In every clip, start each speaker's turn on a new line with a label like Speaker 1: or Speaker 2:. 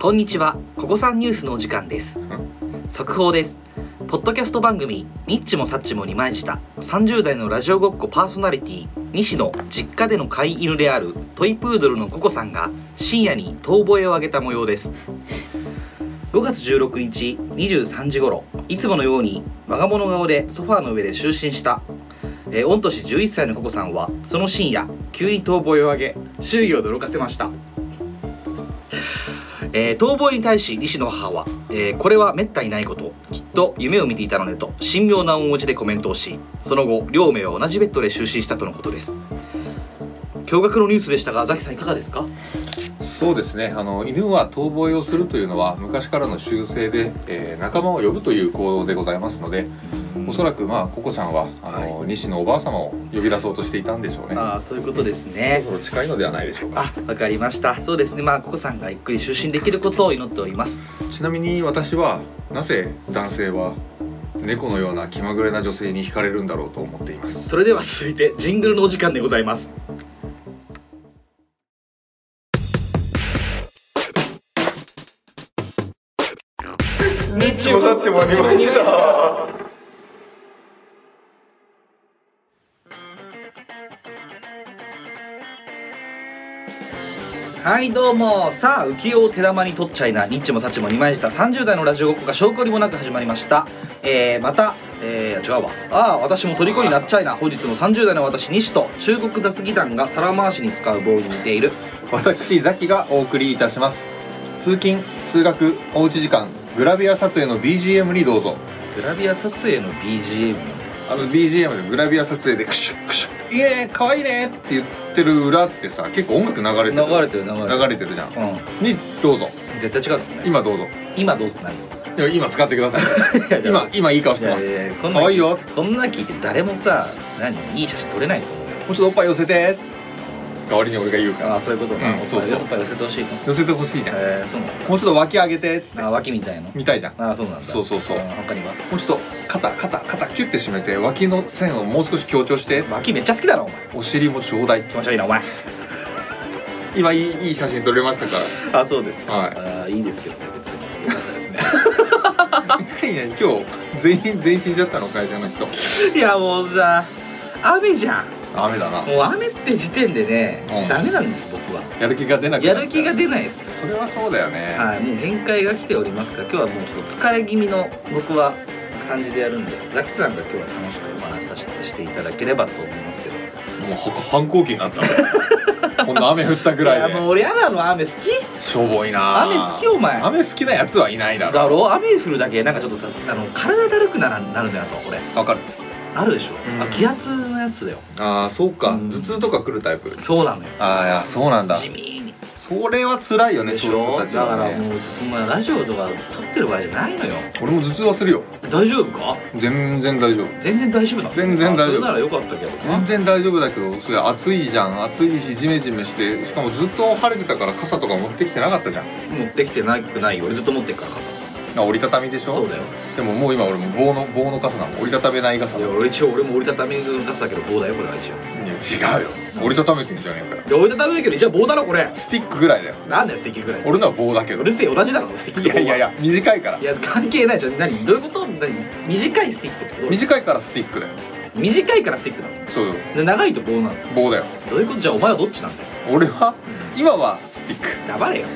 Speaker 1: こんにちは、ここさんニュースのお時間です。速報です。ポッドキャスト番組ニッチもサッチもに前した30代のラジオごっこパーソナリティ西の実家での飼い犬であるトイプードルのココさんが深夜に遠吠えを上げた模様です5月16日23時頃いつものように我が物顔でソファーの上で就寝した、えー御年11歳のココさんはその深夜急に遠吠えを上げ周囲を驚かせましたえー逃亡に対し西の母は、えーこれは滅多にないこときっと夢を見ていたのね」と神妙な面持ちでコメントをしその後両名は同じベッドで就寝したとのことです驚愕のニュースでしたがザキさんいかがですか
Speaker 2: そうですねあの犬は遠吠えをするというのは昔からの習性で、えー仲間を呼ぶという行動でございますので、おそらくまあココさんはあの、西のおばあ様を呼び出そうとしていたんでしょうね
Speaker 1: ああそういうことです
Speaker 2: そろ
Speaker 1: ね
Speaker 2: そろ近いのではないでしょうか
Speaker 1: あわかりましたそうですねまあココさんがゆっくり就寝できることを祈っております
Speaker 2: ちなみに私はなぜ男性は猫のような気まぐれな女性に惹かれるんだろうと思っています
Speaker 1: それでは続いてジングルのお時間でございます
Speaker 3: ニッチもサッチもありました。
Speaker 1: はいどうもさあ浮世を手玉に取っちゃいなニッチもサッチも二枚舌30代のラジオごっこが証拠にもなく始まりましたえー、またえー、違うわああ私も虜になっちゃいな本日も30代の私西と中国雑技団が皿回しに使う棒に似ている
Speaker 2: 私ザキがお送りいたします通勤通学おうち時間グラビア撮影の BGM にどうぞ
Speaker 1: グラビア撮影の BGM
Speaker 2: あの BGM でグラビア撮影でクシュックシュッ「いいね可愛いね」って言ってる裏ってさ結構音楽流れてる
Speaker 1: 流れてる流れてる
Speaker 2: 流れてるじゃん
Speaker 1: う
Speaker 2: にどうぞ
Speaker 1: ん絶対違うのね
Speaker 2: 今どうぞ
Speaker 1: 今どうすんの
Speaker 2: でも今使ってください 今今いい顔してます
Speaker 1: いやいやこんな
Speaker 2: 可愛いよも
Speaker 1: こんな聞いて誰もさ何いい写真撮れないと思うよ
Speaker 2: うちょっとおっぱい寄せて代わりに俺が言うか
Speaker 1: あ
Speaker 2: ら
Speaker 1: あそういうことな、
Speaker 2: うん
Speaker 1: おっぱい
Speaker 2: そうそう
Speaker 1: おっぱい寄せてほしいの
Speaker 2: 寄せてほしいじゃんも
Speaker 1: えー、そうなん
Speaker 2: うちょっと脇上げてつって
Speaker 1: だあ脇みたいの
Speaker 2: みたいじゃん
Speaker 1: ああそうなんだ
Speaker 2: そうそうそう
Speaker 1: あー他には
Speaker 2: もうちょっと肩肩肩キュッて締めて脇の線をもう少し強調して
Speaker 1: 脇めっちゃ好きだろお前
Speaker 2: お尻もちょうだい
Speaker 1: 気持ち悪いなお前
Speaker 2: 今いいいい写真撮れましたか
Speaker 1: あそうです
Speaker 2: はい
Speaker 1: あーいいですけどね別 によかったですね
Speaker 2: ら何何今日全員全身じゃったの会社の人
Speaker 1: いやもうさ雨じゃん
Speaker 2: 雨だな
Speaker 1: もう雨って時点でね、
Speaker 2: うん
Speaker 1: ダメなんです僕は
Speaker 2: やる気が出なくな
Speaker 1: やる気が
Speaker 2: 出
Speaker 1: 出ないです
Speaker 2: それはそうだよね、
Speaker 1: はいもう限界が来ておりますから今日はもうちょっと疲れ気味の僕は感じでやるんでザキさんが今日は楽しくお話しさせてしていただければと思いますけど
Speaker 2: もうは反抗期になっ た俺こんな雨降ったぐらい
Speaker 1: い
Speaker 2: で
Speaker 1: やもう俺やだの雨好き
Speaker 2: しょぼいな
Speaker 1: 雨好きお前
Speaker 2: 雨好きなやつはいないだろ
Speaker 1: だろ雨降るだけなんかちょっとさあの体だるくならなるんだよと俺
Speaker 2: わかる
Speaker 1: あるでしょ、
Speaker 2: うん
Speaker 1: あ気圧のやつだよ
Speaker 2: ああそうか、
Speaker 1: うん
Speaker 2: 頭痛とか来るタイプ
Speaker 1: そうなのよ
Speaker 2: ああいやそうなんだ
Speaker 1: 地味に
Speaker 2: それは辛いよね
Speaker 1: でし
Speaker 2: そういう人
Speaker 1: ょ
Speaker 2: た
Speaker 1: だ
Speaker 2: ちは
Speaker 1: か
Speaker 2: ね
Speaker 1: らもうそんなラジオとか撮ってる場合じゃないのよ
Speaker 2: 俺も頭痛はするよ
Speaker 1: 大丈夫か
Speaker 2: 全然大丈夫
Speaker 1: 全然大丈夫なの
Speaker 2: 全然大丈夫
Speaker 1: あそれならよかったけど
Speaker 2: 全
Speaker 1: ね
Speaker 2: 然大丈夫だけどそれ暑いじゃん暑いしジメジメしてしかもずっと晴れてたから傘とか持ってきてなかったじゃん
Speaker 1: 持ってきてなくないよ俺ずっと持ってっから傘
Speaker 2: あ折りたたみでし
Speaker 1: そ
Speaker 2: ょ
Speaker 1: うだよ
Speaker 2: でももう今俺も棒の棒の傘なの折りたためない傘
Speaker 1: い
Speaker 2: い
Speaker 1: や俺一応俺も折りたたみの傘だけど棒だよこれは一応
Speaker 2: や違うよ折りたためてんじゃねえかよ
Speaker 1: いや折りたたみだけど一応棒だろこれ
Speaker 2: スティックぐらいだよ
Speaker 1: なんだよスティックぐらい
Speaker 2: 俺のは棒だけど
Speaker 1: うるせえ同じだろそのスティッ
Speaker 2: い
Speaker 1: クと棒
Speaker 2: やいやいや短いから
Speaker 1: いや関係ないじゃん何どういうこと何短いスティックってこと
Speaker 2: 短いからスティックだよ
Speaker 1: 短いからスティックなの
Speaker 2: そうよ
Speaker 1: で長いと棒なの
Speaker 2: 棒だよ
Speaker 1: どういうことじゃあお前はどっちなんだよ
Speaker 2: 俺は今はスティック
Speaker 1: 黙れよ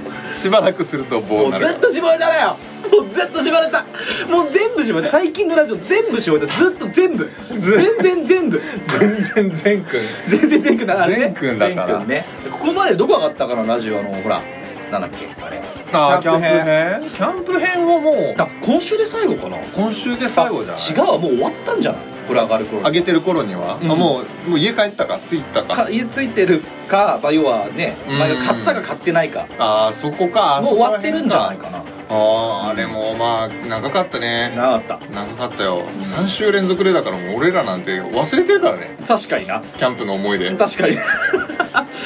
Speaker 2: しばらくすると棒
Speaker 1: も
Speaker 2: に
Speaker 1: う
Speaker 2: なる
Speaker 1: ずっと絞れたのよもうずっと絞れたもう全部絞れた最近のラジオ全部絞れたずっと全部全然全部
Speaker 2: 全然全くん
Speaker 1: 全然全くだからね
Speaker 2: 全くんだから
Speaker 1: 全くんねここまでどこ上がったかなラジオあのほらなんだっけあれ
Speaker 2: あー
Speaker 1: キャンプ
Speaker 2: 編キャンプ編はもう
Speaker 1: あ今週で最後かな
Speaker 2: 今週で最後じゃない
Speaker 1: 違うわもう終わったんじゃないこれ上がる頃
Speaker 2: あげてる頃には、
Speaker 1: うん
Speaker 2: あもうもう家帰ったか着いたか
Speaker 1: か家ついてるか、まあ、要はね、
Speaker 2: うん
Speaker 1: まあ、買ったか買ってないか
Speaker 2: ああそこか
Speaker 1: もう終わってるんじゃないかな
Speaker 2: あーあれもまあ長かったね
Speaker 1: なかっ
Speaker 2: 長かったよ3週連続でだからもう俺らなんて忘れてるからね
Speaker 1: た確かにな
Speaker 2: キャンプの思い出
Speaker 1: 確 かに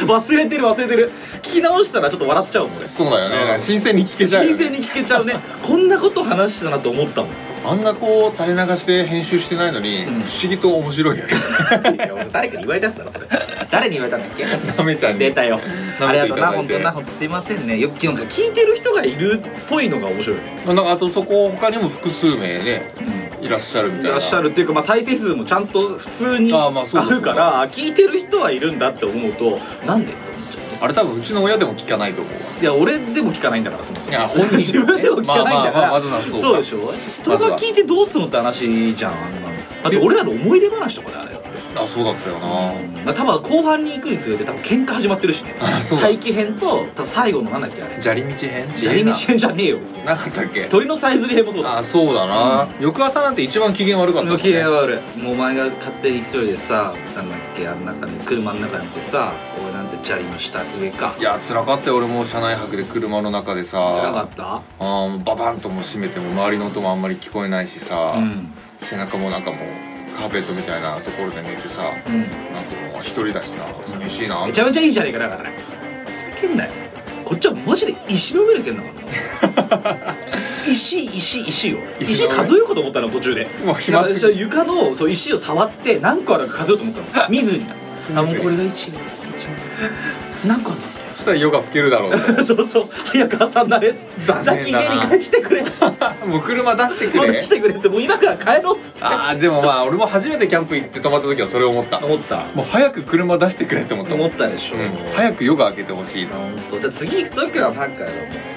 Speaker 1: 忘れてる忘れてる聞き直したらちょっと笑っちゃうもん俺
Speaker 2: そうだよ
Speaker 1: う
Speaker 2: ね
Speaker 1: ん
Speaker 2: 新鮮に聞けちゃうよ
Speaker 1: 新
Speaker 2: ね
Speaker 1: 鮮に聞けちゃうねこんなこと話してたなと思ったもん
Speaker 2: あんなこう垂れ流しで編集してないのに、
Speaker 1: うん
Speaker 2: 不思議と面白いよ ね
Speaker 1: いや俺誰かに言われたんだろそれ誰に言われたん だっけ
Speaker 2: なめちゃんに
Speaker 1: 出たよありがとうな
Speaker 2: 舐め
Speaker 1: 本
Speaker 2: てい
Speaker 1: 当
Speaker 2: ただいて
Speaker 1: な本当すいませんねよくなんか聞いてる人がいるっぽいのが面白いよね、
Speaker 2: なんかあとそこ他にも複数名ねいらっしゃるみたい
Speaker 1: い
Speaker 2: な
Speaker 1: らっしゃるっていうか、まあ、再生数もちゃんと普通に
Speaker 2: あーまあそう
Speaker 1: あ
Speaker 2: ですね
Speaker 1: るから聞いてる人はいるんだって思うとなんでって思っちゃうね
Speaker 2: あれ多分うちの親でも聞かないと思うわ
Speaker 1: いや俺でも聞かないんだからそもそも
Speaker 2: いや本人
Speaker 1: 自分でも聞かないんだか
Speaker 2: まあまあまあ
Speaker 1: ら
Speaker 2: まずはそうか
Speaker 1: そうでしょ人が聞いてどうすんのって話じゃんあんなのだって俺らの思い出話とかであれだって
Speaker 2: あそうだったよな
Speaker 1: まあ、多分後半に行くにつれて多分喧嘩始まってるしね
Speaker 2: あそうだ
Speaker 1: 待機編と多分最後のなんだっけあれ
Speaker 2: 砂利道編
Speaker 1: 砂利道編じゃねえよ別に
Speaker 2: なかったっけ
Speaker 1: 鳥のさえずり編もそうだ
Speaker 2: あそうだな、翌朝なんて一番機嫌悪かったも
Speaker 1: 無
Speaker 2: んね
Speaker 1: 機嫌悪いもうお前が勝手に一人でさなんだっけあん中の車の中にいてさ俺なんて砂利の下上か
Speaker 2: いや辛かったよ俺も車内泊で車の中でさ
Speaker 1: 辛かった
Speaker 2: あーもうババンともう閉めても周りの音もあんまり聞こえないしさ、
Speaker 1: うん
Speaker 2: 背中もなんかもうカーペットみたいなところで寝てさなんか
Speaker 1: うん
Speaker 2: もう一人だしさ寂しいな
Speaker 1: めちゃめちゃいいじゃねえかだからねふざけんなよこっちはマジで石の上でてんだからな 石石石よ
Speaker 2: 石
Speaker 1: 石
Speaker 2: の上
Speaker 1: 数えようかと思ったの途中で
Speaker 2: もう暇すぎ
Speaker 1: 床のそう石を触って何個あるか数えようと思ったの 見ずにあもうこれが1何個あるんだ
Speaker 2: そしたら夜が更けるだろうと
Speaker 1: そうそう早く朝になれっつって
Speaker 2: 残
Speaker 1: ザキ
Speaker 2: 念だ
Speaker 1: 家
Speaker 2: な
Speaker 1: に返して くれっつって
Speaker 2: もう車出してく
Speaker 1: 戻
Speaker 2: れ
Speaker 1: してくれってもう今から帰ろうっつって
Speaker 2: ああでもまあ俺も初めてキャンプ行って泊まった時はそれを 思ったも
Speaker 1: 思った
Speaker 2: う早く車出してくれって思った
Speaker 1: 思
Speaker 2: もん、う
Speaker 1: っ
Speaker 2: ん、
Speaker 1: たでしょ、
Speaker 2: 早く夜が明けてほしいな
Speaker 1: 本当じゃあ次行く時はなんかやろうい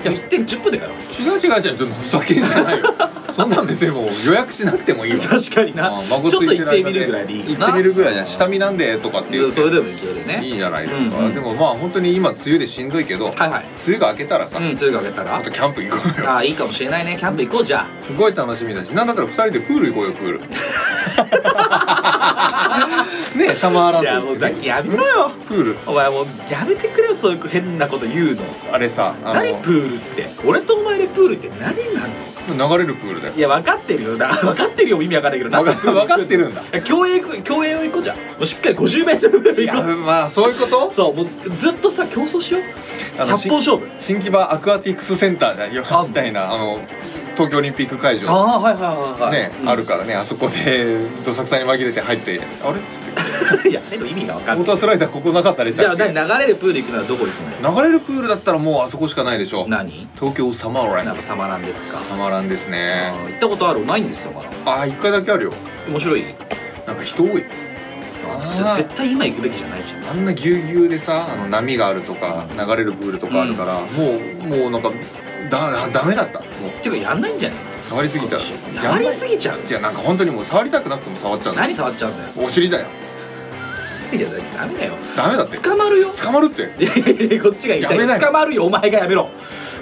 Speaker 1: や行って10分で帰ろう
Speaker 2: 違う違う違うちょっとふざけんじ ゃないよそんなん別にもう予約しなくてもいいよ
Speaker 1: 確かにな
Speaker 2: あ孫
Speaker 1: ち
Speaker 2: つ
Speaker 1: ょっと
Speaker 2: いて
Speaker 1: 行
Speaker 2: る
Speaker 1: ってみ
Speaker 2: 間で
Speaker 1: るぐらいでいいよ
Speaker 2: 行
Speaker 1: な
Speaker 2: ってみるぐらいじゃん下見なんでとかって言
Speaker 1: うん
Speaker 2: って
Speaker 1: それでもいけるね
Speaker 2: いいじゃないですか、
Speaker 1: うんうん
Speaker 2: でもまあ本当に今梅雨でしんどいけど、梅
Speaker 1: はいはい
Speaker 2: 雨が明けたらさ、
Speaker 1: うんつゆかけたら
Speaker 2: またキャンプ行こうよ
Speaker 1: ああいいかもしれないねキャンプ行こうじゃあ
Speaker 2: すごい楽しみだしなんだったら二人でプール行こうよ プールねえサマーラン
Speaker 1: い
Speaker 2: ド
Speaker 1: やもうザキやめろよ
Speaker 2: プール
Speaker 1: お前もうやめてくれよそういう変なこと言うの
Speaker 2: あれさあ
Speaker 1: 何プールって俺とお前でプールって何なの
Speaker 2: の流れるプールだよ
Speaker 1: いや分かってるよだ分かってるよ意味わかんないけど
Speaker 2: 分か分かってるんだ
Speaker 1: 競泳行こう競泳を行こうじゃんもうしっかり 50m ぐら
Speaker 2: い
Speaker 1: い行
Speaker 2: や
Speaker 1: こ
Speaker 2: まあそういうこと
Speaker 1: うそうもうずっとさ競争しよう
Speaker 2: あ
Speaker 1: 百
Speaker 2: の
Speaker 1: 本勝負
Speaker 2: 新木場アクアティクスセンターじゃんよ
Speaker 1: あ
Speaker 2: みたいなあの東京オリンピック会場
Speaker 1: あはいはい
Speaker 2: ね、
Speaker 1: うん
Speaker 2: あるからねあそこでどさくさに紛れて入ってあれっつっ て
Speaker 1: いやあれの意味が分か
Speaker 2: ウォー
Speaker 1: ん
Speaker 2: タ
Speaker 1: ない
Speaker 2: ースライダーここなかったりし
Speaker 1: じゃ
Speaker 2: た
Speaker 1: あ
Speaker 2: っけ
Speaker 1: 何流れるプール行くならどこ行くのよ
Speaker 2: 流れるプールだったらもうあそこしかないでしょ
Speaker 1: 何
Speaker 2: 東京サマーラ
Speaker 1: なん
Speaker 2: ン
Speaker 1: かサマランですか
Speaker 2: サマーランです
Speaker 1: あ
Speaker 2: ね
Speaker 1: ー行ったことあるないんですよまだ
Speaker 2: あー一回だけあるよ
Speaker 1: 面白い
Speaker 2: なんか人多いあー
Speaker 1: 絶対今行くべきじゃないじゃん
Speaker 2: あんなぎゅうぎゅうでさあの波があるとか流れるプールとかあるから、もうもうなんかだダメだったもう
Speaker 1: ていうかやんないんじゃない
Speaker 2: 触りすぎた
Speaker 1: 触りすぎちゃう
Speaker 2: ぎ違うなんか本当にもう触りたくなくても触っちゃうの
Speaker 1: 何触っちゃうんだよ
Speaker 2: お尻だよ
Speaker 1: いやダメだよ
Speaker 2: ダメだって
Speaker 1: 捕まるよ
Speaker 2: 捕まるって
Speaker 1: いやいやいやこっちが言いた
Speaker 2: やめないよ
Speaker 1: 捕まるよお前がやめろ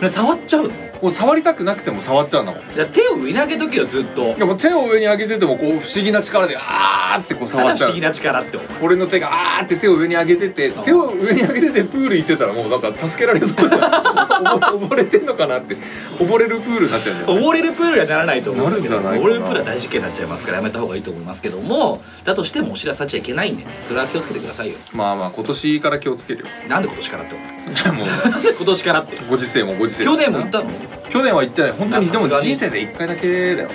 Speaker 1: な触っちゃうの
Speaker 2: もう触りたくなくても触っちゃうのもん
Speaker 1: じゃ手を上に上げとけよずっと
Speaker 2: でも手を上に上げててもこう不思議な力であーってこう触
Speaker 1: あ
Speaker 2: っち
Speaker 1: 不
Speaker 2: ゃ
Speaker 1: 思
Speaker 2: う
Speaker 1: 議な力ってお前
Speaker 2: 俺の手があーって手を上に上げてて
Speaker 1: あ
Speaker 2: 手を上に上げててプール行ってたらもうなんか助けられそうじゃん溺溺れてんのかなって溺れるプールになっちゃうんじゃない
Speaker 1: 溺れるプールにはならないと思うんだけど
Speaker 2: なるんじゃな
Speaker 1: 溺れ
Speaker 2: いかな
Speaker 1: るプールは大事件になっちゃいますからやめた方がいいと思いますけどもだとしてもお知らせさっちゃいけないんでねそれは気をつけてくださいよ
Speaker 2: まあまあ今年から気をつけるよ
Speaker 1: なんで今年からってお前
Speaker 2: も
Speaker 1: なん で今年からって
Speaker 2: うご時世もご時世
Speaker 1: 去年も行ったの
Speaker 2: 去年は行ってない本当
Speaker 1: い
Speaker 2: に
Speaker 1: や
Speaker 2: で
Speaker 1: さ
Speaker 2: も
Speaker 1: すがに
Speaker 2: 人生で1回だけだよ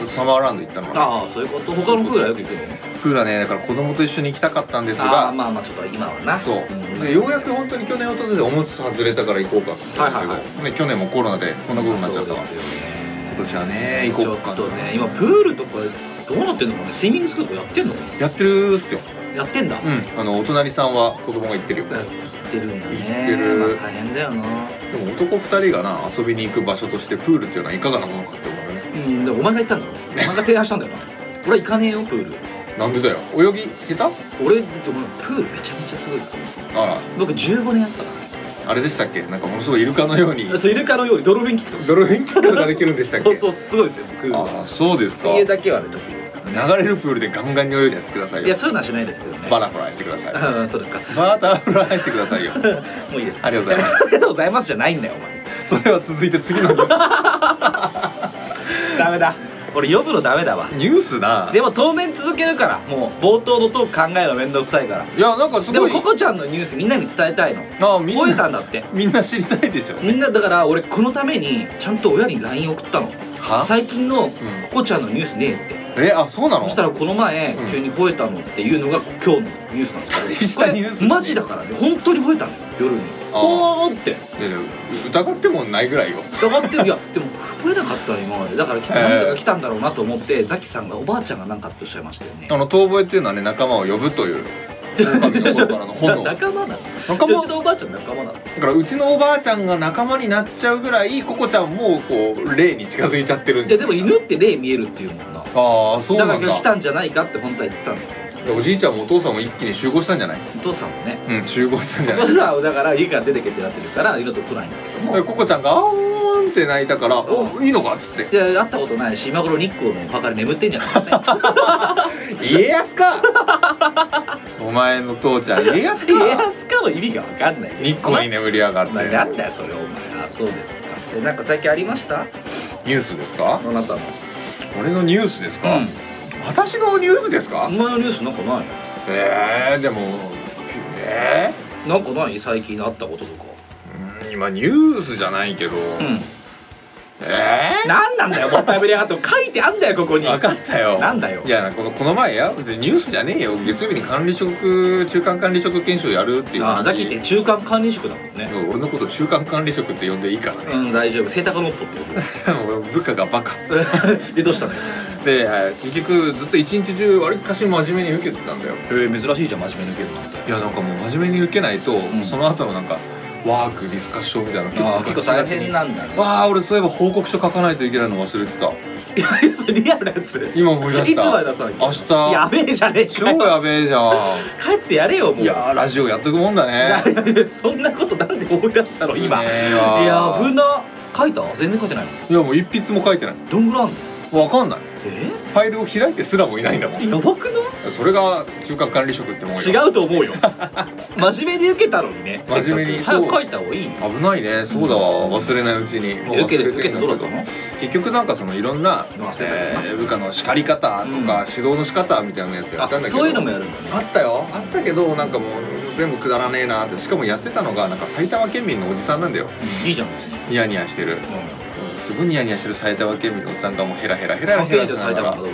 Speaker 1: 何
Speaker 2: サマーランド行ったのは
Speaker 1: ああそういうこと他のプールはよく行くの
Speaker 2: プールはねだから子供と一緒に行きたかったんです
Speaker 1: ああ
Speaker 2: が
Speaker 1: まあまあちょっと今はな
Speaker 2: そ
Speaker 1: ん
Speaker 2: うでようやく本当に去年訪れておむつ外れたから行こうかっつって、
Speaker 1: はいはいは
Speaker 2: ね去年もコロナでこんなことになっちゃったわ
Speaker 1: そうですよね
Speaker 2: 今年はね行こうか
Speaker 1: ちょっと
Speaker 2: な
Speaker 1: ね今プールとかどうなってんのかねスイミングスクールとかやってんの
Speaker 2: やってるっすよ
Speaker 1: やってんだ、
Speaker 2: う
Speaker 1: や
Speaker 2: んあのお隣さんは子供が行ってるよ
Speaker 1: ってるんだね
Speaker 2: 行ってる
Speaker 1: まあ大変だよな
Speaker 2: でも男2人がな遊びに行く場所としてプールっていうのはいかがなものかって思うよね
Speaker 1: うんでもお前が言ったんだろお前が提案したんだよな俺は行かねえよプール
Speaker 2: なんでだよ泳ぎ下手
Speaker 1: 俺だって俺プールめちゃめちゃすごいから
Speaker 2: あ
Speaker 1: 僕15年やってたから
Speaker 2: あれでしたっけなんかものすごいイルカのように
Speaker 1: らそうイルカのようにドルフィンキックとか
Speaker 2: ドルフィンキックができるんでしたっ
Speaker 1: そう
Speaker 2: け
Speaker 1: そうすごいですよプールは
Speaker 2: あそうですか
Speaker 1: 水泳だけはね得意ですからね
Speaker 2: 流れるプールでガンガンに泳いでやってください
Speaker 1: いや
Speaker 2: よ
Speaker 1: そういうのはしないですけどね
Speaker 2: バタフライしてください
Speaker 1: ああそうですか
Speaker 2: バタフライしてくださいよ
Speaker 1: もういいです
Speaker 2: ありがとうございま す
Speaker 1: ありがとうございますじゃないんだよお前
Speaker 2: それは続いて次のニュー
Speaker 1: ダメだ俺呼ぶのダメだわ
Speaker 2: スニュースな
Speaker 1: でも当面続けるからもう冒頭のトーク考えるのめんどくさいから
Speaker 2: いやなんかす
Speaker 1: で
Speaker 2: ご
Speaker 1: も
Speaker 2: い
Speaker 1: ここちゃんのニュースみんなに伝えたいの
Speaker 2: あみ
Speaker 1: 覚え
Speaker 2: んな
Speaker 1: たんだって
Speaker 2: みんな知りたいでしょ
Speaker 1: みんなだから俺このためにちゃんと親に LINE 送ったの
Speaker 2: は
Speaker 1: 最近の
Speaker 2: うん
Speaker 1: ココちゃんのニュースねえって
Speaker 2: えあそうなの
Speaker 1: そしたらこの前、
Speaker 2: うん
Speaker 1: 急に吠えたのっていうのが今日のニュースなんですよ
Speaker 2: 大したニュース
Speaker 1: これマジだからね本当に吠えたのよ夜に
Speaker 2: あー
Speaker 1: ほーって
Speaker 2: いやいや疑ってもないぐらいよ
Speaker 1: だからってるいやでも吠えなかったの今までだからきっと何かが来たんだろうなと思って、ザキさんがおばあちゃんが何かっておっしゃいましたよね
Speaker 2: あの遠吠えっていうのはね仲間を呼ぶという狼の頃からの
Speaker 1: な
Speaker 2: 本能仲
Speaker 1: 仲間なのう
Speaker 2: 間
Speaker 1: ちのおばあちゃん仲間なの
Speaker 2: だからうちのおばあちゃんが仲間になっちゃうぐらいココちゃんもこう霊に近づいちゃってるん
Speaker 1: いやでも犬って霊見えるっていうもんな
Speaker 2: ああそう
Speaker 1: だか
Speaker 2: な
Speaker 1: ら
Speaker 2: ん
Speaker 1: 今日
Speaker 2: だ
Speaker 1: 来たんじゃないかって本当は言ってたんだよ
Speaker 2: おじいちゃんもお父さんも一気に集合したんじゃない
Speaker 1: お父さんもね
Speaker 2: うん集合したんじ
Speaker 1: お
Speaker 2: ゃない
Speaker 1: 父
Speaker 2: だ
Speaker 1: さんはだから家から出てけってなってるから二度と来ないんだけども
Speaker 2: からココちゃんが「あーん」って泣いたから「おいいのか?」っつって
Speaker 1: いや会ったことないし今頃日光のお墓で眠ってんじゃない かね
Speaker 2: 「家康か! 」 お前の父ちゃん家康
Speaker 1: いや
Speaker 2: か
Speaker 1: スカの意味が分かんない
Speaker 2: 日光に眠りやがっ
Speaker 1: お前なん
Speaker 2: て
Speaker 1: だよそれお前あそうですかでなんか最近ありました
Speaker 2: ニュースですか
Speaker 1: あなたの
Speaker 2: 俺のニュースですか、私のニュースです
Speaker 1: お
Speaker 2: か
Speaker 1: 前のニュースなんかない
Speaker 2: えー、でもえ
Speaker 1: なんかない最近あったこととか
Speaker 2: ー、うん今ニュースじゃないけど、
Speaker 1: うん
Speaker 2: ええ
Speaker 1: なんなんだよもったいぶりやがって書いてあんだよここに
Speaker 2: 分かったよ
Speaker 1: なんだよ
Speaker 2: いやこのこの前や別にニュースじゃねえよ月曜日に管理職中間管理職研修やるっていう
Speaker 1: あ
Speaker 2: 話
Speaker 1: ザキって中間管理職だもんね
Speaker 2: 俺のこと中間管理職って呼んでいいからね
Speaker 1: うん大丈夫背高のっぽって
Speaker 2: 俺部下がバカ
Speaker 1: ことでどうしたのよ
Speaker 2: でえー結局ずっと一日中わりかし真面目に受けてたんだよ
Speaker 1: えー、珍しいじゃん真面目抜けるなんて
Speaker 2: いやなんかもう真面目に受けないと、
Speaker 1: ん
Speaker 2: その後のなんかワークディスカッションみたいなの
Speaker 1: あー結構
Speaker 2: ガ
Speaker 1: 大
Speaker 2: チガチに
Speaker 1: 変なんだね
Speaker 2: わあ俺そういえば報告書書かないといけないの忘れてた
Speaker 1: いやそれリアルなやつ
Speaker 2: 今思い出
Speaker 1: い
Speaker 2: し
Speaker 1: つま
Speaker 2: た
Speaker 1: で出さなきゃ
Speaker 2: 明日
Speaker 1: やべえじゃねえ
Speaker 2: 超
Speaker 1: かよ
Speaker 2: やべえ じゃ
Speaker 1: 帰ってやれよも
Speaker 2: ん
Speaker 1: う
Speaker 2: いやーラジオやっとくもんだ
Speaker 1: いや
Speaker 2: ね
Speaker 1: いやいやそんなことなんで思い出したの 今
Speaker 2: ね
Speaker 1: い
Speaker 2: えわ
Speaker 1: や危な書いた全然書いてないの
Speaker 2: いやもう一筆も書いてない
Speaker 1: どんぐらいあんの
Speaker 2: わかんない
Speaker 1: え
Speaker 2: ファイルを開いてすらもいないんだもん
Speaker 1: やばくない
Speaker 2: それが中間管理職ってもんよ
Speaker 1: 違うと思うよ真面目に受けたのにね
Speaker 2: 真面目
Speaker 1: せ
Speaker 2: に
Speaker 1: っかく
Speaker 2: そ
Speaker 1: 早
Speaker 2: う
Speaker 1: く書いた方がいいね
Speaker 2: 危ないねそうだわ忘れないうちにもう
Speaker 1: 受けて
Speaker 2: 忘れ
Speaker 1: 受けて
Speaker 2: んだ
Speaker 1: どう
Speaker 2: け
Speaker 1: だ
Speaker 2: ど
Speaker 1: ったの
Speaker 2: 結局なんかそのいろんな、
Speaker 1: まあそうそう
Speaker 2: えー部下の叱り方とか
Speaker 1: うん
Speaker 2: 指導の仕方みたいなやつやったんだ
Speaker 1: あ
Speaker 2: けど
Speaker 1: そういうのもやるんだね
Speaker 2: あったよあったけどなんかもう全部くだらねえなってしかもやってたのがなんか埼玉県民のおじさんなんだよ
Speaker 1: いいじゃん別に
Speaker 2: ニヤニヤしてるすごいニヤニヤしてる埼玉県民のおっさんがもうヘラヘラヘラ
Speaker 1: 関係
Speaker 2: ヘ
Speaker 1: な
Speaker 2: ラ
Speaker 1: い
Speaker 2: し
Speaker 1: じゃん
Speaker 2: な
Speaker 1: 埼玉
Speaker 2: がら
Speaker 1: かどうか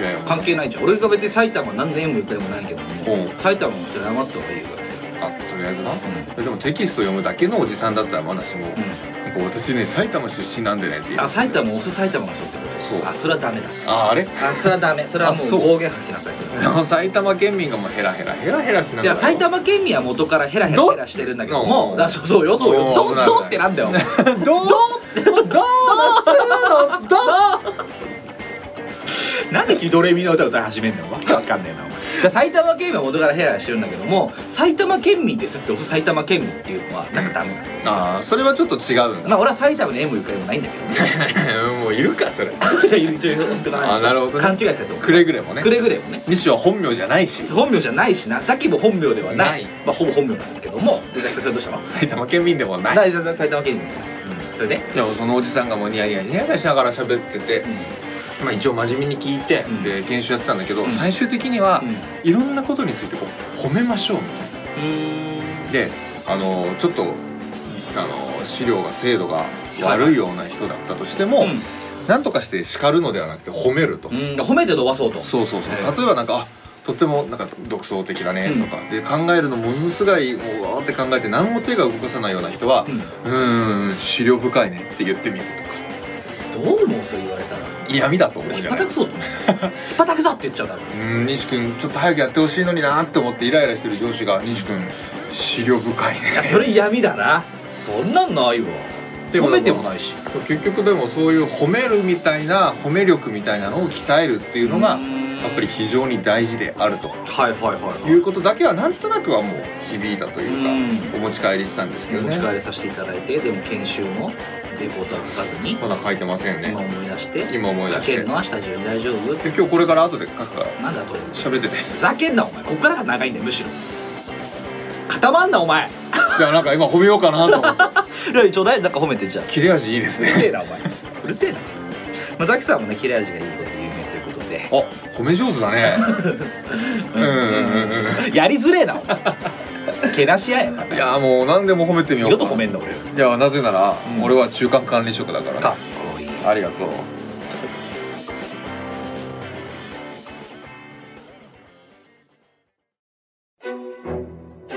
Speaker 2: いやいやもう
Speaker 1: 関係ないじゃん俺が別に埼玉何年も行くでもないけど
Speaker 2: う
Speaker 1: も
Speaker 2: ん
Speaker 1: 埼玉の人に謝った方がいいよ別に
Speaker 2: あとりあえずなでもテキスト読むだけのおじさんだったらまだしも、なんか私ね埼玉出身なんでねって
Speaker 1: う
Speaker 2: 言
Speaker 1: ん
Speaker 2: う
Speaker 1: あ埼玉押す埼玉の人ってこと
Speaker 2: そう
Speaker 1: あそれはダメだ
Speaker 2: ああれ
Speaker 1: あそれはダメそれはも
Speaker 2: あ
Speaker 1: う
Speaker 2: そう
Speaker 1: 暴言吐きなさいそれは
Speaker 2: あの埼玉県民がもうヘラヘラヘラヘラしながら
Speaker 1: いや埼玉県民は元からヘラヘラヘラしてるんだけども
Speaker 2: ど
Speaker 1: だそうそうよそうよ
Speaker 2: お
Speaker 1: ど
Speaker 2: ー危ない
Speaker 1: どってなんだよお 前
Speaker 2: どうどうどうどうど
Speaker 1: なんで君ドレミの歌歌い始めんのわけわかんねえなお前だから埼玉県民は元からヘラヘラしてるんだけども埼玉県民ですって押す埼玉県民っていうのはなんかダメだ、
Speaker 2: ああそれはちょっと違うんだ
Speaker 1: まあ俺は埼玉に M ゆかりもないんだけどね
Speaker 2: もういるかそれ
Speaker 1: いや一応言っとかないと
Speaker 2: あなるほどね
Speaker 1: 勘違いされても
Speaker 2: くれぐれもね
Speaker 1: くれぐれもね
Speaker 2: 西は本名じゃないし
Speaker 1: 本名じゃないしなさっきも本名ではない
Speaker 2: ない
Speaker 1: まあほぼ本名なんですけどもでそれどうしたの
Speaker 2: 埼玉県民でもない
Speaker 1: 大体埼玉県民、うん、それで、
Speaker 2: でもそのおじさんがもうニヤニヤニヤニヤしながら喋ってて
Speaker 1: う、ん
Speaker 2: まあ、一応真面目に聞いて、
Speaker 1: うん
Speaker 2: で研修やってたんだけど、
Speaker 1: うん
Speaker 2: 最終的には、
Speaker 1: うん
Speaker 2: いろんなことについてこう褒めましょうみたいな。であのちょっとあの資料が精度が悪いような人だったとしても、
Speaker 1: うん
Speaker 2: なんとかして叱るのではなくて褒めると、
Speaker 1: うん、褒めて伸ばそうと
Speaker 2: そうそうそう、
Speaker 1: ええ
Speaker 2: 例えばなんかあとってもなんか独創的だねとか、で考えるのものすごいもうわーって考えて何も手が動かさないような人は
Speaker 1: うん
Speaker 2: 「うーん資料深いね」って言ってみるとか
Speaker 1: どうもそれ言われたら
Speaker 2: 嫌味だと思う
Speaker 1: 引っ
Speaker 2: じゃ
Speaker 1: ぱ
Speaker 2: ない
Speaker 1: たく そうと思う引っぱたくぞって言っちゃうだろ
Speaker 2: うーん西君ちょっと早くやってほしいのになーって思ってイライラしてる上司が「西君資料深いね」
Speaker 1: いやそれ闇だなそんなんないわ
Speaker 2: でも
Speaker 1: 褒めてもないし
Speaker 2: 結局でもそういう褒めるみたいな褒め力みたいなのを鍛えるっていうのが
Speaker 1: うん
Speaker 2: やっぱり非常に大事であると
Speaker 1: はいはいはいはい
Speaker 2: いうことだけはなんとなくはもう響いたというか
Speaker 1: う
Speaker 2: お持ち帰りしたんですけ
Speaker 1: お
Speaker 2: ど
Speaker 1: 持ち帰
Speaker 2: ね
Speaker 1: りさせていただいてでも研修もレポートは書かずに、
Speaker 2: まだ書いてません
Speaker 1: 今
Speaker 2: ね
Speaker 1: 思い出して
Speaker 2: 今思い
Speaker 1: 書
Speaker 2: 出し
Speaker 1: け
Speaker 2: て
Speaker 1: るの明日中に大丈夫
Speaker 2: で今日これから後で書くから
Speaker 1: なんだと思う
Speaker 2: 喋ってて
Speaker 1: ふざけんなお前こっからが長いんだよむしろ固まんなお前
Speaker 2: いやなんか今褒めようかなと思って
Speaker 1: いや ちょうだいなんか褒めてじゃあ
Speaker 2: 切れ味いいです
Speaker 1: うるせ
Speaker 2: ね
Speaker 1: えなお前うるせえな、まあ、ザキさんもね切れ味がいいことで有名ということで
Speaker 2: あ褒め上手だ ねうんうんうんう
Speaker 1: やりづれえなお 前けなし合え
Speaker 2: んいやもう何でも褒めてみよ
Speaker 1: 二
Speaker 2: う
Speaker 1: 度
Speaker 2: か
Speaker 1: と
Speaker 2: な
Speaker 1: 褒めんな俺よ
Speaker 2: いやなぜなら
Speaker 1: うん
Speaker 2: 俺は中間管理職だから
Speaker 1: こいい
Speaker 2: ありがとうう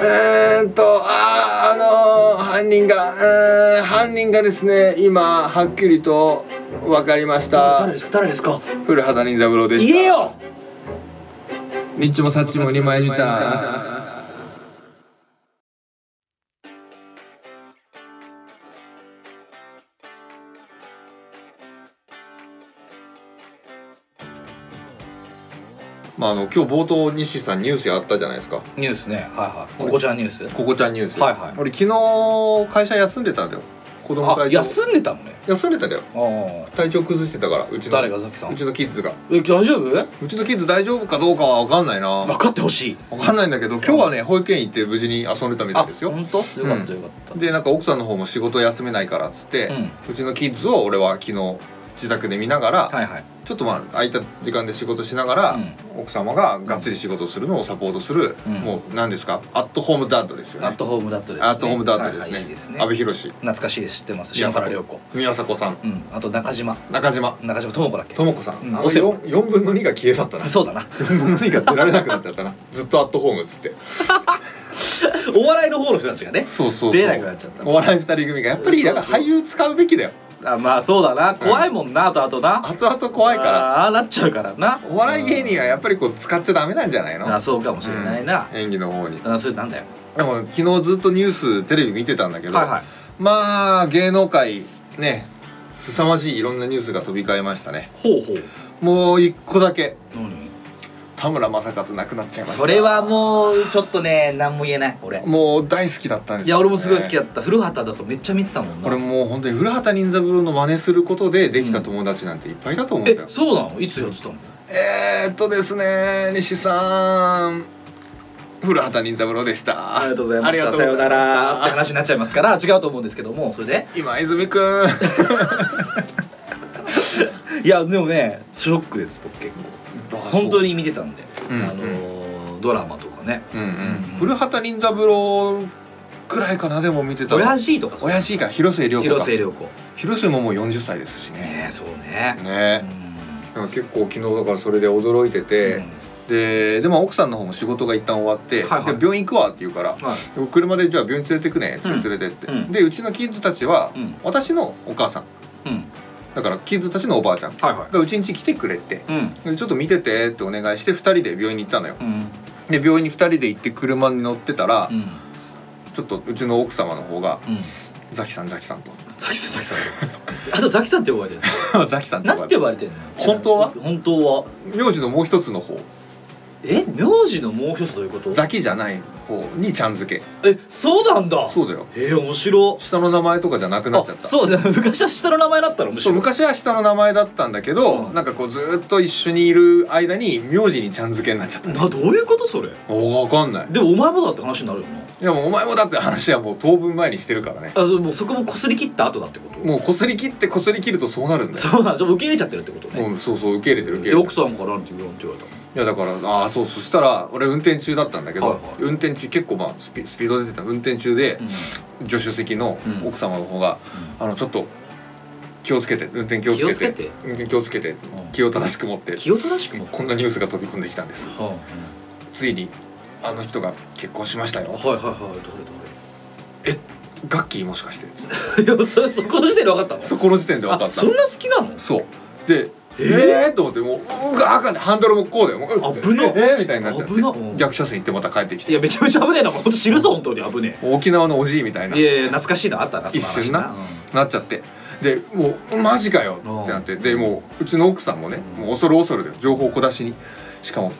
Speaker 2: ーんとあーあのー犯人がうーん犯人がですね今はっきりと分かりました
Speaker 1: 誰ですか誰ですか
Speaker 2: 古畑任三郎でした
Speaker 1: 言えよ
Speaker 2: ニッチもサッチも二枚舌まああの今日冒頭西さんニュースやったじゃないですか
Speaker 1: ニュースねはいはいここちゃんニュース
Speaker 2: ここちゃんニュース
Speaker 1: はいはい
Speaker 2: 俺昨日会社休んでたんだよ子供
Speaker 1: あ
Speaker 2: 体調
Speaker 1: 休んでたのね
Speaker 2: 休んでたんだよ
Speaker 1: ああ
Speaker 2: 体調崩してたからうちの
Speaker 1: 誰がザキさん
Speaker 2: うちのキッズが
Speaker 1: え大丈夫
Speaker 2: うちのキッズ大丈夫かどうかは分かんない な
Speaker 1: 分かってほしい
Speaker 2: わかんないんだけど今日はね保育園行って無事に遊んでたみたいですよ
Speaker 1: 本当よかったよかった
Speaker 2: でなんか奥さんの方も仕事休めないからっつって、
Speaker 1: うん
Speaker 2: うちのキッズを俺は昨日自宅で見ながら、
Speaker 1: はいはい
Speaker 2: ちょっとまあ空いた時間で仕事しながら、
Speaker 1: うん
Speaker 2: 奥様ががっつり仕事をするのをサポートする、
Speaker 1: うん
Speaker 2: もう何ですかアットホームダッドですよね
Speaker 1: アットホームダットですね
Speaker 2: アットホームダッドで
Speaker 1: はいはいいいですす
Speaker 2: ね
Speaker 1: ね
Speaker 2: 阿部寛
Speaker 1: 懐かしいです知ってます
Speaker 2: 宮
Speaker 1: 篠
Speaker 2: 迫
Speaker 1: 原涼子
Speaker 2: 宮迫さん
Speaker 1: うんあと中島
Speaker 2: 中島
Speaker 1: 中島智子だっけ
Speaker 2: 智子さん、
Speaker 1: うん
Speaker 2: あの
Speaker 1: お世話
Speaker 2: 4, 4分の2が消え去ったな
Speaker 1: そうだな
Speaker 2: 4分の2が出られなくなっちゃったなずっとアットホームっつって
Speaker 1: お笑いの方の人たちがね
Speaker 2: そうそうそう
Speaker 1: 出なくなっちゃった
Speaker 2: お笑い二人組がやっぱりだから俳優使うべきだよ
Speaker 1: あまあそうだな怖いもんなあとあとな
Speaker 2: 後々怖いから
Speaker 1: ああなっちゃうからな
Speaker 2: お笑い芸人はやっぱりこう使っちゃダメなんじゃないの
Speaker 1: あそうかもしれないな
Speaker 2: 演技の方に
Speaker 1: あそれなんだよ
Speaker 2: でも昨日ずっとニューステレビ見てたんだけど、
Speaker 1: はいはい
Speaker 2: まあ芸能界ね凄まじいいろんなニュースが飛び交いましたね
Speaker 1: ほうほう
Speaker 2: もう一個だけ
Speaker 1: 何
Speaker 2: 田村正和亡くなっちゃいました
Speaker 1: それはもうちょっとね何も言えない俺
Speaker 2: もう大好きだったんで
Speaker 1: い
Speaker 2: すよ
Speaker 1: や
Speaker 2: ね、
Speaker 1: 俺もすごい好きだった古畑とかめっちゃ見てたもんな
Speaker 2: 俺もう本当に古畑任三郎の真似することでできた友達なんていっぱいだと思うんだよ
Speaker 1: え、そうなのいつやってたの
Speaker 2: えー、っとですね西さん古畑任三郎でした
Speaker 1: ありがとうございまし
Speaker 2: あ
Speaker 1: た
Speaker 2: りが
Speaker 1: さ
Speaker 2: と
Speaker 1: よ
Speaker 2: うござ
Speaker 1: ない
Speaker 2: ました
Speaker 1: らって話になっちゃいますから違うと思うんですけどもそれで
Speaker 2: 今泉くん
Speaker 1: いやでもねショックです僕結構本当
Speaker 2: に、
Speaker 1: に見てたんで、
Speaker 2: うん
Speaker 1: あのードラマとかね
Speaker 2: うんうん
Speaker 1: うん
Speaker 2: 古畑任三郎くらいかなでも見てたの
Speaker 1: 親父とか
Speaker 2: 親父が広末涼子か
Speaker 1: 広末涼子ね
Speaker 2: 広末ももう40歳ですしね
Speaker 1: えそうねう
Speaker 2: ね
Speaker 1: ん
Speaker 2: なんか結構昨日だからそれで驚いて
Speaker 1: う
Speaker 2: て、
Speaker 1: ん
Speaker 2: ででも奥さんの方も仕事が一旦終わって「
Speaker 1: はいはい
Speaker 2: で病院行くわ」って言うから
Speaker 1: はい
Speaker 2: 「車でじゃあ病院連れてくね」っつって連れてって、
Speaker 1: うん
Speaker 2: でうちのキッズたちは
Speaker 1: うん
Speaker 2: 私のお母さん
Speaker 1: うん
Speaker 2: だからキッズたちのおばあちゃん
Speaker 1: はいは
Speaker 2: がうちん家来てくれて
Speaker 1: いうん
Speaker 2: でちょっと見ててってお願いして2人で病院に行ったのよ
Speaker 1: うん
Speaker 2: で病院に2人で行って車に乗ってたら、
Speaker 1: うん
Speaker 2: ちょっとうちの奥様の方が
Speaker 1: うん
Speaker 2: 「ザキさんザキさ ん」と
Speaker 1: ザキさんザキさんあとザキさんって呼ば れてる
Speaker 2: 「ザキさん」って
Speaker 1: な
Speaker 2: 呼ば
Speaker 1: ん
Speaker 2: れ
Speaker 1: て
Speaker 2: て
Speaker 1: 呼ばれてるの
Speaker 2: 本当は
Speaker 1: 本当は
Speaker 2: 名字のもう一つの方
Speaker 1: え名字のもう一つどういうこと
Speaker 2: ザキじゃない方にちゃんづけ
Speaker 1: えそうなんだ
Speaker 2: そうだよ
Speaker 1: えー面白
Speaker 2: 下の名前とかじゃなくなっちゃっ
Speaker 1: あ
Speaker 2: た
Speaker 1: そうだ 昔は下の名前だったら面
Speaker 2: そ
Speaker 1: 白
Speaker 2: う
Speaker 1: い
Speaker 2: 昔は下の名前だったんだけど、
Speaker 1: うん
Speaker 2: なんかこうずーっと一緒にいる間に名字にちゃんづけになっちゃった
Speaker 1: などういうことそれ
Speaker 2: おわかんない
Speaker 1: でもお前もだって話になるよない
Speaker 2: やもうお前もだって話はもう当分前にしてるからね
Speaker 1: あそうもうそこもこすり切った後だってこと
Speaker 2: もうこすり切ってこすり切るとそうなるんだよ
Speaker 1: そうなんじゃあ受け入れちゃってるってことね
Speaker 2: もうそうそう受け入れてる受け
Speaker 1: で
Speaker 2: 入れ
Speaker 1: 奥
Speaker 2: て
Speaker 1: さんからなんて言うのって言われたの
Speaker 2: るいやだからああそうそしたら俺運転中だったんだけど、
Speaker 1: はいはい
Speaker 2: 運転中結構まあスピスピード出てた運転中で助手席の奥様の方が、あのちょっと気をつけて運転気をつ
Speaker 1: 気を
Speaker 2: け
Speaker 1: つけ
Speaker 2: て
Speaker 1: て
Speaker 2: 運転気をつけて
Speaker 1: うん
Speaker 2: 気を正しく持って
Speaker 1: 気を正しくも
Speaker 2: こんなニュースが飛び込んできたんです
Speaker 1: は
Speaker 2: ついにあの人が結婚しました
Speaker 1: いは
Speaker 2: よ
Speaker 1: いはいど
Speaker 2: ガッキーもしかして
Speaker 1: れ どれいやそそこの時点で分かったの
Speaker 2: そこの時点で分かっ
Speaker 1: あ
Speaker 2: た
Speaker 1: そんな好きなの
Speaker 2: そうで
Speaker 1: えー
Speaker 2: えー、と思ってもううがーかねハンドルもこうだよもう
Speaker 1: 危な
Speaker 2: えー、みたいになっちゃって
Speaker 1: 危なうん
Speaker 2: 逆車線行ってまた帰ってき
Speaker 1: い
Speaker 2: て
Speaker 1: やめちゃめちゃ危ねえな本当知るぞ本当に危ね
Speaker 2: 沖縄のおじいみたいな
Speaker 1: えいやいや懐かしいなあったなその話
Speaker 2: 一瞬ななっちゃってでもうマジかよ
Speaker 1: うん
Speaker 2: ってなってでもううちの奥さんもねもう恐る恐るで情報を小出しにしかも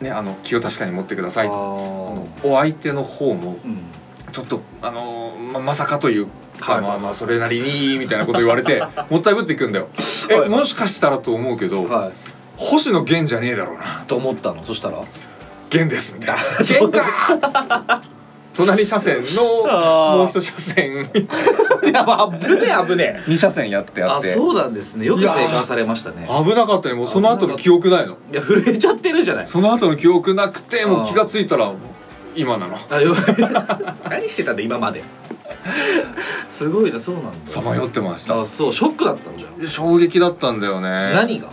Speaker 2: ねあの気を確かに持ってください
Speaker 1: あ
Speaker 2: あ
Speaker 1: ー
Speaker 2: のお相手の方も
Speaker 1: うん
Speaker 2: ちょっとあのままさかというか、
Speaker 1: はい
Speaker 2: まあまあそれなりにみたいなこと言われ てもったいぶっていくんだよえ、
Speaker 1: はい
Speaker 2: もしかしたらと思うけど、
Speaker 1: はい
Speaker 2: 星野源じゃねえだろうな
Speaker 1: と思ったのそしたら
Speaker 2: 源ですみたいな源か隣車
Speaker 1: あ
Speaker 2: 線
Speaker 1: ー
Speaker 2: のもう一車線
Speaker 1: いやまあ危ねえ危ね
Speaker 2: 2車線やって
Speaker 1: え
Speaker 2: や
Speaker 1: あ
Speaker 2: って
Speaker 1: そうなんですねよく
Speaker 2: い
Speaker 1: 生
Speaker 2: やー
Speaker 1: 還されましたね
Speaker 2: 危なかったねもうその後の記憶ないの
Speaker 1: いや震えちゃってるじゃない
Speaker 2: その後の記憶なくても
Speaker 1: あ
Speaker 2: う
Speaker 1: ー
Speaker 2: 気がついたら今なの
Speaker 1: あ よ何してたんだ今まですごいなそうなんだ
Speaker 2: さまよってました
Speaker 1: あそうショックだったんじゃん、
Speaker 2: 衝撃だったんだよね
Speaker 1: 何が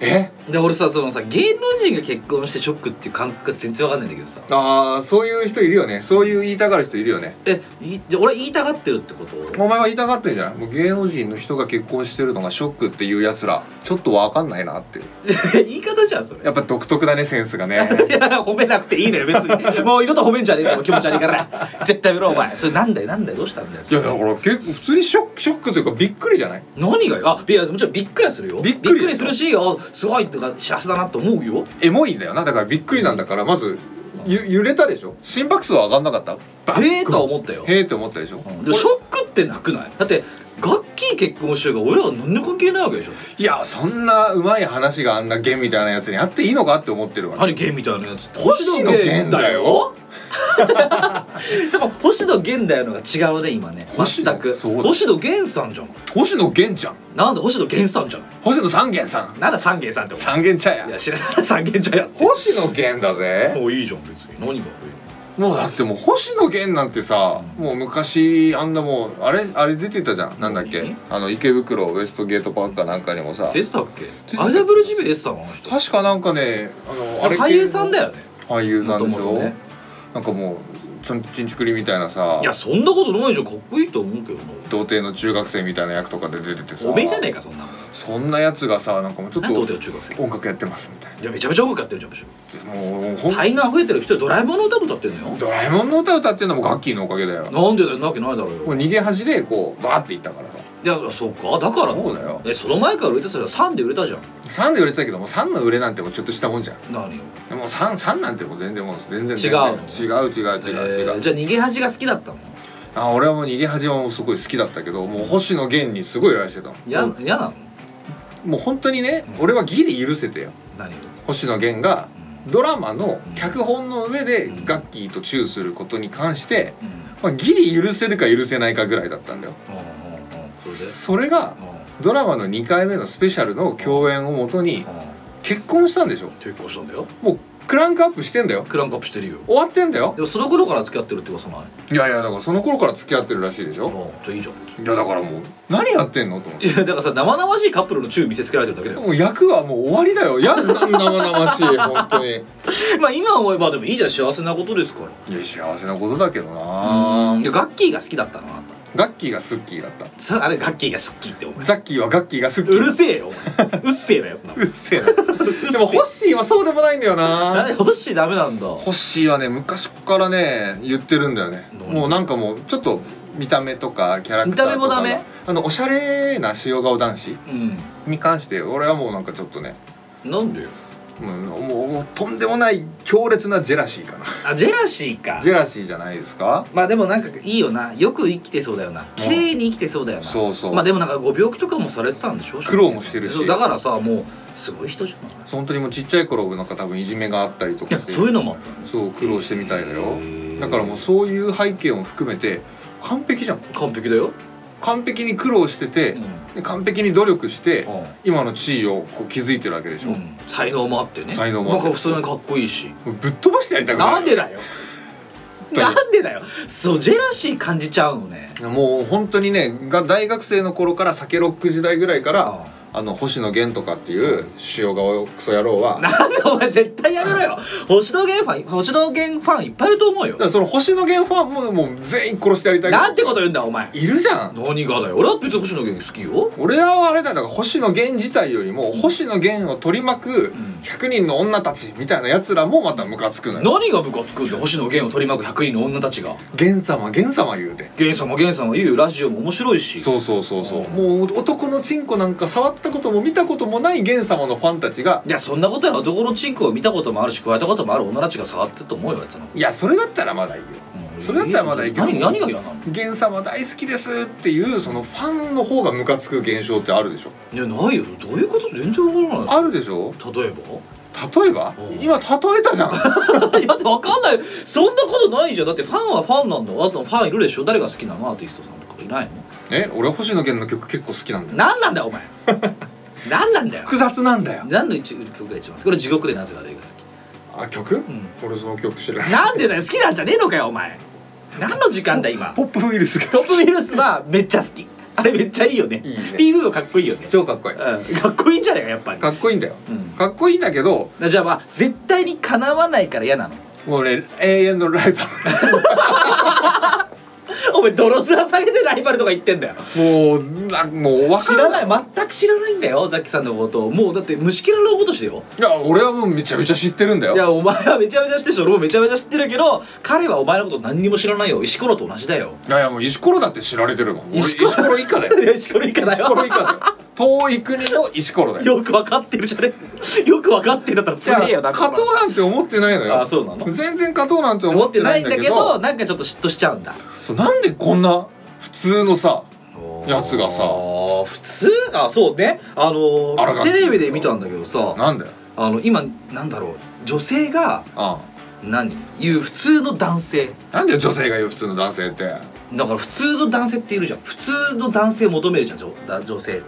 Speaker 2: え
Speaker 1: で俺さそのさ芸能人が結婚してショックっていう感覚が全然わかんないんだけどさ
Speaker 2: ああそういう人いるよねそういう言いたがる人いるよね
Speaker 1: えいじゃあ俺言いたがってるってこと
Speaker 2: お前は言いたがってるんじゃないもう芸能人の人が結婚してるのがショックっていうやつらちょっとわかんないなっていう
Speaker 1: 言い方じゃんそれ
Speaker 2: やっぱ独特だねセンスがね
Speaker 1: いや褒めなくていいのよ別 にもう二度と褒めんじゃねえぞ気持ち悪いから絶対やめろお前それなんだよなんだよどうしたんだよ
Speaker 2: いやだから結構普通にショックショックというかびっくりじゃない
Speaker 1: 何がよあいやもちろんびっくりはするよ
Speaker 2: びっくり
Speaker 1: するしあすごいとか幸せだなと思うよ
Speaker 2: エモいんだよなだからびっくりなんだからまずゆ揺れたでしょ心拍数は上がんなかったバン
Speaker 1: ええとは思ったよ、
Speaker 2: へーって思ったでしょ
Speaker 1: うんでもショックってなくないだってガッキー結婚してるから俺らは何の関係ないわけでしょ
Speaker 2: いやそんなうまい話があんなゲンみたいなやつにあっていいのかって思ってるわね
Speaker 1: 何ゲンみたいなやつって
Speaker 2: 星野源だよ
Speaker 1: でも星野源だよのが違うね今ね
Speaker 2: 星野
Speaker 1: 全く
Speaker 2: そうだ
Speaker 1: 星野源さんじゃん
Speaker 2: 星野源ちゃん
Speaker 1: なんで星野源さんじゃん
Speaker 2: 星野三源さん
Speaker 1: なんだ三源さんって思
Speaker 2: 三源茶
Speaker 1: うい
Speaker 2: や
Speaker 1: や知らない三源ちゃんやって
Speaker 2: 星野源だぜ
Speaker 1: もういいじゃん別に何が
Speaker 2: もうだってもう星野源なんてさもう昔あんなもうあれあれ出てたじゃんなんだっけ
Speaker 1: 何
Speaker 2: あの池袋ウエストゲートパークかなんかにもさ
Speaker 1: 出てたっけ
Speaker 2: た
Speaker 1: IWGP 出てたのあの人
Speaker 2: 確かなんかねあのあれ系の
Speaker 1: 俳優さんだよね
Speaker 2: 俳優さんでし
Speaker 1: 元
Speaker 2: ょ、
Speaker 1: 々ね
Speaker 2: なんかもうちょんちんちくりみたいなさ
Speaker 1: いやそんなことないじゃんかっこいいと思うけどな
Speaker 2: 童貞の中学生みたいな役とかで出ててさ
Speaker 1: おめえじゃねえかそんなの
Speaker 2: そんなやつがさなんかもうちょっ
Speaker 1: 何童
Speaker 2: と
Speaker 1: 貞の中学生
Speaker 2: 音楽やってますみたい
Speaker 1: じゃめちゃめちゃ音楽やってるじゃんむしろ
Speaker 2: なもうほん
Speaker 1: 才能溢れてる人でドラえもんの歌歌ってんのよ
Speaker 2: ドラえもんの歌歌ってんのもガッキーのおかげだよ
Speaker 1: なんでだよなわけないだろう
Speaker 2: もう
Speaker 1: よ
Speaker 2: 逃げ恥でこうバーっていったからさ
Speaker 1: いやそうかだから
Speaker 2: そうだよ
Speaker 1: えその前から売れてたじゃん3で売れたじゃん
Speaker 2: 3で売れてたけどもう3の売れなんてもうちょっとしたもんじゃん
Speaker 1: 何よ
Speaker 2: でもう 3, 三なんてもう全然もう全然
Speaker 1: 違うの
Speaker 2: 全然違う違う違う違
Speaker 1: え
Speaker 2: う、
Speaker 1: ーじゃあ逃げ恥が好きだったの
Speaker 2: あ俺はもう逃げ恥はもうすごい好きだったけどもう星野源にすごい依頼してたの
Speaker 1: 嫌
Speaker 2: も
Speaker 1: 嫌なの
Speaker 2: うもう本当にね、
Speaker 1: うん
Speaker 2: 俺はギリ許せてよ
Speaker 1: 何よ
Speaker 2: 星野源が
Speaker 1: うん
Speaker 2: ドラマの脚本の上でガッキーとチューすることに関して、
Speaker 1: うん
Speaker 2: まあ、ギリ許せるか許せないかぐらいだったんだよ
Speaker 1: うんうんうんそれで
Speaker 2: それがドラマの2回目のスペシャルの共演をもとに
Speaker 1: うんうん
Speaker 2: 結婚したんでしょ
Speaker 1: 抵抗したんだよ
Speaker 2: もうクランクアップしてんだよ
Speaker 1: クランクアップしてるよ
Speaker 2: 終わってんだよ
Speaker 1: でもその頃から付き合ってるって噂ない
Speaker 2: いやいやだからその頃から付き合ってるらしいでし
Speaker 1: う
Speaker 2: ょ
Speaker 1: んじゃあいいじゃん
Speaker 2: いやだからもう何やってんのと思って
Speaker 1: いやだからさ生々しいカップルの宙見せつけられてるだけだよ
Speaker 2: もう役はもう終わりだよやんな生々しい本当に
Speaker 1: まあ今思えばでもいいじゃん幸せなことですから
Speaker 2: いや幸せなことだけどな
Speaker 1: あいやガッキーが好きだったのあんた
Speaker 2: ガッキーがスッキーだった
Speaker 1: さあれガッキーが好きってお前
Speaker 2: ザッキーはガッキーがスッキ
Speaker 1: う
Speaker 2: ー
Speaker 1: るせえよお前うっせえなやつな
Speaker 2: うっせえなでもホッシーはそうでもないんだよ
Speaker 1: なんで
Speaker 2: な
Speaker 1: 欲しいダメなんだ
Speaker 2: ホッシーはね昔からね言ってるんだよね
Speaker 1: 何
Speaker 2: もうなんかもうちょっと見た目とかキャラクターとか
Speaker 1: 見た目もダメ
Speaker 2: があのおしゃれな塩顔男子
Speaker 1: うん
Speaker 2: に関して俺はもうなんかちょっとね
Speaker 1: なんでよ
Speaker 2: もうもうもうとんでもない強烈なジェラシーかな
Speaker 1: あジェラシーか
Speaker 2: ジェラシーじゃないですか
Speaker 1: まあでもなんかいいよなよく生きてそうだよな綺麗に生きてそうだよな
Speaker 2: そうそう
Speaker 1: まあでもなんかご病気とかもされてたんでしょ
Speaker 2: 苦労もしてるし
Speaker 1: そうだからさもうすごい人じゃない
Speaker 2: 本当にもうちっちゃい頃なんか多分いじめがあったりと
Speaker 1: い
Speaker 2: か
Speaker 1: や
Speaker 2: して
Speaker 1: そういうのもあったの
Speaker 2: そう苦労してみたいだよ
Speaker 1: へー
Speaker 2: だからもうそういう背景も含めて完璧じゃん
Speaker 1: 完璧だよ、
Speaker 2: 完璧に苦労してて
Speaker 1: うん、
Speaker 2: で完璧に努力して
Speaker 1: うん
Speaker 2: 今の地位をこう築いてるわけでしょ、
Speaker 1: うん才能もあってね
Speaker 2: 才能もあって
Speaker 1: なんか普通にかっこいいし
Speaker 2: もうぶっ飛ばしてやりたくない
Speaker 1: なんでだよ
Speaker 2: 当に
Speaker 1: なんでだよそうジェラシー感じちゃうのね
Speaker 2: もう本当にねが大学生の頃から酒ロック時代ぐらいから
Speaker 1: あ
Speaker 2: あの星野源とかっていう塩顔クソ野郎はだか
Speaker 1: なんでお前絶対やめろよ星野源ファン星野源ファンいっぱいいると思うよ
Speaker 2: らその星野源ファンももう全員殺してやりたい
Speaker 1: なんてこと言うんだお前
Speaker 2: いるじゃん
Speaker 1: 何がだよ俺は別に星野源好きよ
Speaker 2: 俺らはあれだよだから星野源自体よりも星野源を取り巻く
Speaker 1: ん
Speaker 2: 100人の女たちみたいなやつらもまたムカつくのよ
Speaker 1: 何がムカつくんだよ星野源を取り巻く100人の女たちが
Speaker 2: 源様源様言うて
Speaker 1: 源さんも源さんも言うよラジオも面白いし
Speaker 2: そうそうそうそう
Speaker 1: うん
Speaker 2: もう男のチンコなんか触ったことも見たこともない源様のファンたちが
Speaker 1: いやそんなことやら男のチンコを見たこともあるし加えたこともある女たちが触ってると思うよやつの
Speaker 2: いやそれだったらまだいいよそれだったらまだいいけど
Speaker 1: 何何が嫌なの
Speaker 2: 源様大好きですっていうそのファンの方がムカつく現象ってあるでしょ
Speaker 1: いやないよどういうこと全然わからない
Speaker 2: あるでしょ
Speaker 1: 例えば
Speaker 2: 例えば
Speaker 1: うん
Speaker 2: 今例えたじゃ ん
Speaker 1: いやだってわかんないそんなことないじゃんだってファンはファンなんだあとファンいるでしょ誰が好きなのアーティストさんとかいないの
Speaker 2: え俺星野源の曲結構好きなんだよ
Speaker 1: 何なんだよお前 何なんだよ
Speaker 2: 複雑なんだよ
Speaker 1: 何の一曲が一番好きこれ地獄で夏が誰が好き
Speaker 2: あ曲
Speaker 1: うん
Speaker 2: 俺その曲知らない
Speaker 1: なんでだよ好きなんじゃねえのかよお前何の時間だ今
Speaker 2: ポップウイルスが
Speaker 1: トップウイルスはめっちゃ好きあれめっちゃいいよね
Speaker 2: いいね
Speaker 1: PV もかっこいいよね、
Speaker 2: 超かっこいい
Speaker 1: うん、かっこいいんじゃないかやっぱり
Speaker 2: かっこいいんだよ
Speaker 1: うん
Speaker 2: かっこいいんだけど
Speaker 1: じゃあまあ絶対にかなわないから嫌なの
Speaker 2: もうね永遠のライバ
Speaker 1: お前泥面下げてライバルとか言ってんだよ
Speaker 2: ルもうなもう分か
Speaker 1: 知らない全く知らないんだよザキさんのことをもうだって虫けらのことしてよ
Speaker 2: いや俺はもうめちゃめちゃ知ってるんだよ
Speaker 1: いやお前はめちゃめちゃ知ってるし俺もめちゃめちゃ知ってるけど彼はお前のこと何にも知らないよ石ころと同じだよ
Speaker 2: いやいやもう石ころだって知られてるもん俺
Speaker 1: 石
Speaker 2: 石
Speaker 1: ころ
Speaker 2: ころ以下だよ
Speaker 1: いや石ころ以下だ
Speaker 2: 石ころ
Speaker 1: よ
Speaker 2: 以下だよ遠い国の石ころだよ
Speaker 1: よく分かってるじゃねよく分かってんだったら
Speaker 2: いや
Speaker 1: 強えよな
Speaker 2: 勝とうなんて思ってないの
Speaker 1: あ
Speaker 2: よ
Speaker 1: そうなの
Speaker 2: 全然勝とうなんて
Speaker 1: 思
Speaker 2: 思
Speaker 1: っ
Speaker 2: ってて
Speaker 1: な
Speaker 2: ないい
Speaker 1: ん
Speaker 2: ん
Speaker 1: だけ
Speaker 2: だけ
Speaker 1: ど
Speaker 2: ど
Speaker 1: なんかちょっと嫉妬しちゃうんだ
Speaker 2: そうなんでこんな普通のさやつがさ
Speaker 1: あー普通あそうねあの
Speaker 2: あら
Speaker 1: ー
Speaker 2: がって
Speaker 1: テ
Speaker 2: る
Speaker 1: レビで見たんだけどさ
Speaker 2: なんだよ
Speaker 1: あの今なんだろう女性が
Speaker 2: あ
Speaker 1: 何言う普通の男性
Speaker 2: あなんで女性が言う普通の男性って
Speaker 1: だから普通の男性っているじゃん普通の男性を求めるじゃん女だ女性って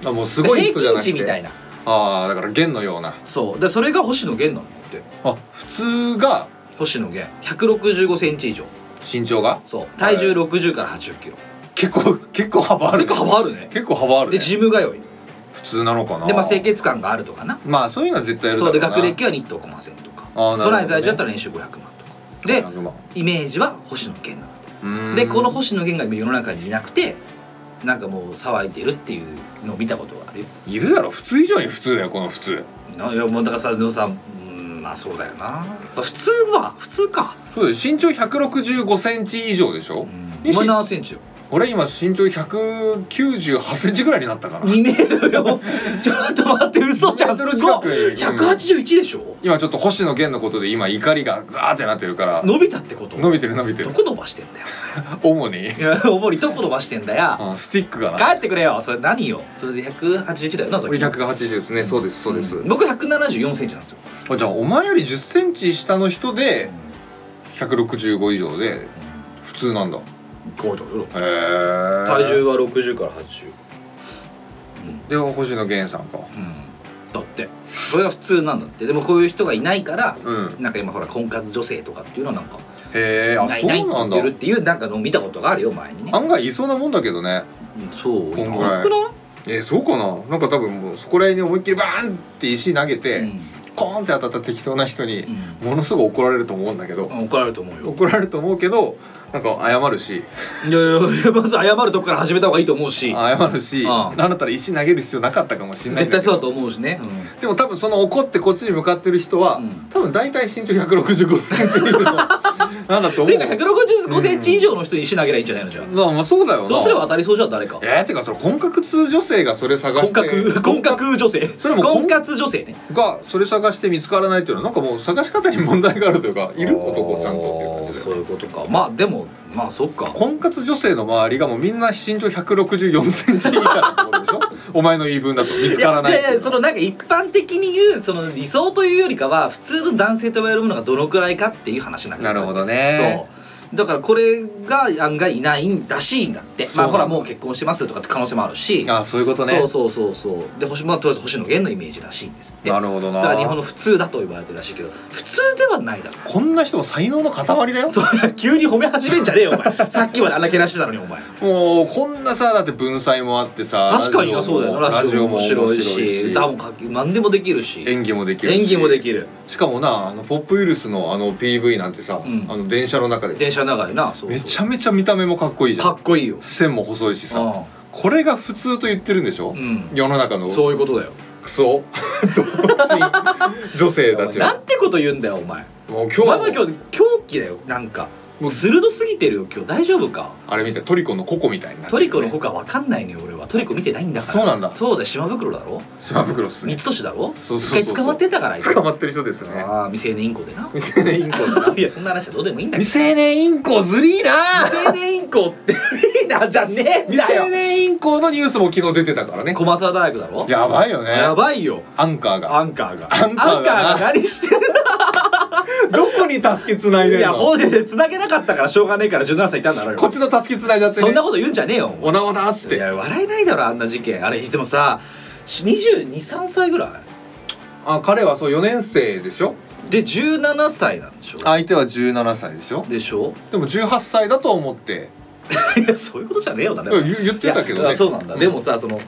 Speaker 1: 今
Speaker 2: あもうすごい人じゃなく
Speaker 1: 平均値みた
Speaker 2: て
Speaker 1: いな
Speaker 2: ああだから弦のような
Speaker 1: そうでそれが星野源なのって
Speaker 2: あ普通が
Speaker 1: 星野源165センチ以上
Speaker 2: 身長が
Speaker 1: そう体重60から80キロ
Speaker 2: 結構 結構幅ある
Speaker 1: 結構幅あるね
Speaker 2: 結構幅ある
Speaker 1: で
Speaker 2: ね
Speaker 1: ジム通い
Speaker 2: 普通なのかな
Speaker 1: でまあ清潔感があるとかな
Speaker 2: まあそういうのは絶対いるだ
Speaker 1: そ
Speaker 2: ろ
Speaker 1: うで
Speaker 2: うな
Speaker 1: 学歴は日東駒千とか
Speaker 2: ああなるほどね
Speaker 1: 都内在住だったら年収500万とかで
Speaker 2: 500万
Speaker 1: イメージは星野源なの
Speaker 2: うーん
Speaker 1: でこの星野源が今世の中にいなくてなんかもう騒いでるっていうのを見たことがあるよ
Speaker 2: いるだろ普通以上に普通だよこの普通
Speaker 1: ないやもうだからさでもさうんまあそうだよなやっぱ普通は普通か
Speaker 2: そうだよ身長165センチ以上でしょ、
Speaker 1: お前何センチよ
Speaker 2: 俺今身長198センチぐらいになったから
Speaker 1: 2メートル よちょっと待って嘘じゃんす
Speaker 2: 2メートル
Speaker 1: ご
Speaker 2: 近
Speaker 1: い
Speaker 2: く
Speaker 1: 181でしょ
Speaker 2: 今ちょっと星野源のことで今怒りがグワーってなってるから
Speaker 1: 伸びたってこと
Speaker 2: 伸びてる伸びて
Speaker 1: ど
Speaker 2: る
Speaker 1: こ伸ばしてんだよ
Speaker 2: 主
Speaker 1: い
Speaker 2: に
Speaker 1: やおもりどこ伸ばしてんだよ
Speaker 2: あスティックがな
Speaker 1: 帰ってくれよそれ何よそれで181だよなそれ
Speaker 2: 俺180ですねそうですそうです、
Speaker 1: ん僕174センチなんですよ
Speaker 2: あじゃあお前より10センチ下の人で165以上で普通なんだへ
Speaker 1: こうだろ
Speaker 2: え体
Speaker 1: 体重は60から80
Speaker 2: では星野源さんか
Speaker 1: うん、だってこれが普通なんだってでもこういう人がいないから
Speaker 2: うん
Speaker 1: なんか今ほら婚活女性とかっていうのはなんか
Speaker 2: へえあ
Speaker 1: ないないって
Speaker 2: そ
Speaker 1: 言
Speaker 2: うなん
Speaker 1: っ
Speaker 2: だ
Speaker 1: てるっていうなんかのを見たことがあるよ前にね
Speaker 2: 案外いそうなもんだけどね
Speaker 1: うんそう
Speaker 2: こんぐ
Speaker 1: な
Speaker 2: らい
Speaker 1: くない
Speaker 2: えー、そうかななんか多分もうそこら辺に思いっきりバーンって石投げて、
Speaker 1: うん
Speaker 2: コーンって当たった適当な人に
Speaker 1: う
Speaker 2: ものすごい怒られると思うんだけど、
Speaker 1: ん怒られると思うよ
Speaker 2: 怒られると思うけどなんか謝るし
Speaker 1: いやいやいやまず謝るとこから始めた方がいいと思うし
Speaker 2: 謝るし、
Speaker 1: うん
Speaker 2: なんだったら石投げる必要なかったかもしれない
Speaker 1: 絶
Speaker 2: んけ
Speaker 1: 対
Speaker 2: ど
Speaker 1: そうだと思うしね、
Speaker 2: でも多分その怒ってこっちに向かってる人は、
Speaker 1: うん
Speaker 2: 多分大体身長165センチ以上なんだ と
Speaker 1: て
Speaker 2: 思
Speaker 1: いう
Speaker 2: う
Speaker 1: か165センチ以上の人に石投げりゃいいんじゃないのじゃあ、
Speaker 2: まあまあそうだよな
Speaker 1: そうすれば当たりそうじゃん誰か
Speaker 2: えー、てかそれ婚活女性がそれ探
Speaker 1: 婚
Speaker 2: して
Speaker 1: 活婚活女性
Speaker 2: それも婚
Speaker 1: 婚活女性ね
Speaker 2: がそれ探して見つからないっていうのはなんかもう探し方に問題があるというかいる男をちゃんとっていう感
Speaker 1: あー
Speaker 2: じ
Speaker 1: そ
Speaker 2: で、
Speaker 1: ういうことかまあでもまあそっか
Speaker 2: 婚活女性の周りがもうみんな身長164センチ以下ってことで しょお前の言い分だと見つからない
Speaker 1: いやいやそのなんか一般的に言うその理想というよりかは普通の男性と言われるものがどのくらいかっていう話なんだ
Speaker 2: な
Speaker 1: よ
Speaker 2: るほどね
Speaker 1: そうだからこれが案外いないんだしいんだって
Speaker 2: そ
Speaker 1: ま
Speaker 2: う
Speaker 1: あ
Speaker 2: なん
Speaker 1: ほ
Speaker 2: だ
Speaker 1: らもう結婚してますとかって可能性もあるし
Speaker 2: あそういうことね
Speaker 1: そうそうそうそうで星まあとりあえず星野源のイメージらしいんですって
Speaker 2: な
Speaker 1: だ
Speaker 2: るほどな
Speaker 1: から日本の普通だと言われてるらしいけど普通ではないだろ
Speaker 2: こんな人も才能の塊だよ
Speaker 1: そう急に褒め始めんじゃねえよお 前さっきまであんなけなしてたのにお前
Speaker 2: もうこんなさだって文才もあってさ
Speaker 1: 確かになそうだよなラ
Speaker 2: ラ
Speaker 1: ジ
Speaker 2: ジ
Speaker 1: オ
Speaker 2: オ
Speaker 1: も
Speaker 2: も
Speaker 1: 面
Speaker 2: 面
Speaker 1: 白
Speaker 2: 白
Speaker 1: い
Speaker 2: い
Speaker 1: し
Speaker 2: し
Speaker 1: 歌も書き何でもできるし
Speaker 2: 演技もできるし
Speaker 1: 演技もできる
Speaker 2: しかもなあのポップウイルスのあの PV なんてさ、
Speaker 1: うん
Speaker 2: あの電車の中で
Speaker 1: 電車の中でなそうそう
Speaker 2: めちゃめちゃ見た目もかっこいいじゃ
Speaker 1: か
Speaker 2: ん
Speaker 1: っこいいよ
Speaker 2: 線も細いしさ
Speaker 1: あ
Speaker 2: これが普通と言ってるんでしょ、
Speaker 1: うん
Speaker 2: 世の中の
Speaker 1: そういうことだよ
Speaker 2: クソ 同人女性たち
Speaker 1: な
Speaker 2: は
Speaker 1: んてこと言うんだよお前
Speaker 2: もう今日
Speaker 1: お
Speaker 2: は
Speaker 1: 前は今日狂気だよなんか
Speaker 2: もう
Speaker 1: 鋭すぎてるよ今日大丈夫か
Speaker 2: あれみたいトリコのココみたいになって
Speaker 1: ト
Speaker 2: るね
Speaker 1: リコの子かわかんないのよ俺はトリコ見てないんだから
Speaker 2: そうなんだ
Speaker 1: そうだよ島袋だろ
Speaker 2: 島袋っす
Speaker 1: 三
Speaker 2: ね
Speaker 1: 越だろ
Speaker 2: そう
Speaker 1: 一
Speaker 2: そ
Speaker 1: 回
Speaker 2: うそうそう
Speaker 1: 捕まってんだからあいつ
Speaker 2: 捕まってる人ですね
Speaker 1: ああ未成年インコでな
Speaker 2: 未成年インコ だ
Speaker 1: いやそんな話はどうでもいいんだけ
Speaker 2: 未
Speaker 1: ど
Speaker 2: 成年インコずりーなー
Speaker 1: 未成年インコってリーダーじゃねえん
Speaker 2: 未
Speaker 1: だよ
Speaker 2: 成年インコのニュースも昨日出てたからね
Speaker 1: 駒沢大学だろ
Speaker 2: やばいよね
Speaker 1: やばいよ
Speaker 2: アンカーが
Speaker 1: アンカーが
Speaker 2: アンカーがな
Speaker 1: アンカーが何してん
Speaker 2: どこに助けつない
Speaker 1: の
Speaker 2: でん
Speaker 1: いや
Speaker 2: の
Speaker 1: 法でで繋げなかったからしょうがねえから17歳いたんだろうよ
Speaker 2: こっちの助けつないだって
Speaker 1: そん
Speaker 2: ね
Speaker 1: なこと言うんじゃねえよ
Speaker 2: おなおなっつっ
Speaker 1: い
Speaker 2: て
Speaker 1: や笑えないだろあんな事件あれでもさ223歳ぐら
Speaker 2: あ彼はそう4年生でしょ
Speaker 1: いで17歳なんでしょ
Speaker 2: 相手は17歳でしょ
Speaker 1: でしょ
Speaker 2: でも18歳だと思って
Speaker 1: いやそういうことじゃねえよなでも
Speaker 2: 言言ってたけど
Speaker 1: いや
Speaker 2: ね
Speaker 1: あそうなんだ、でもさその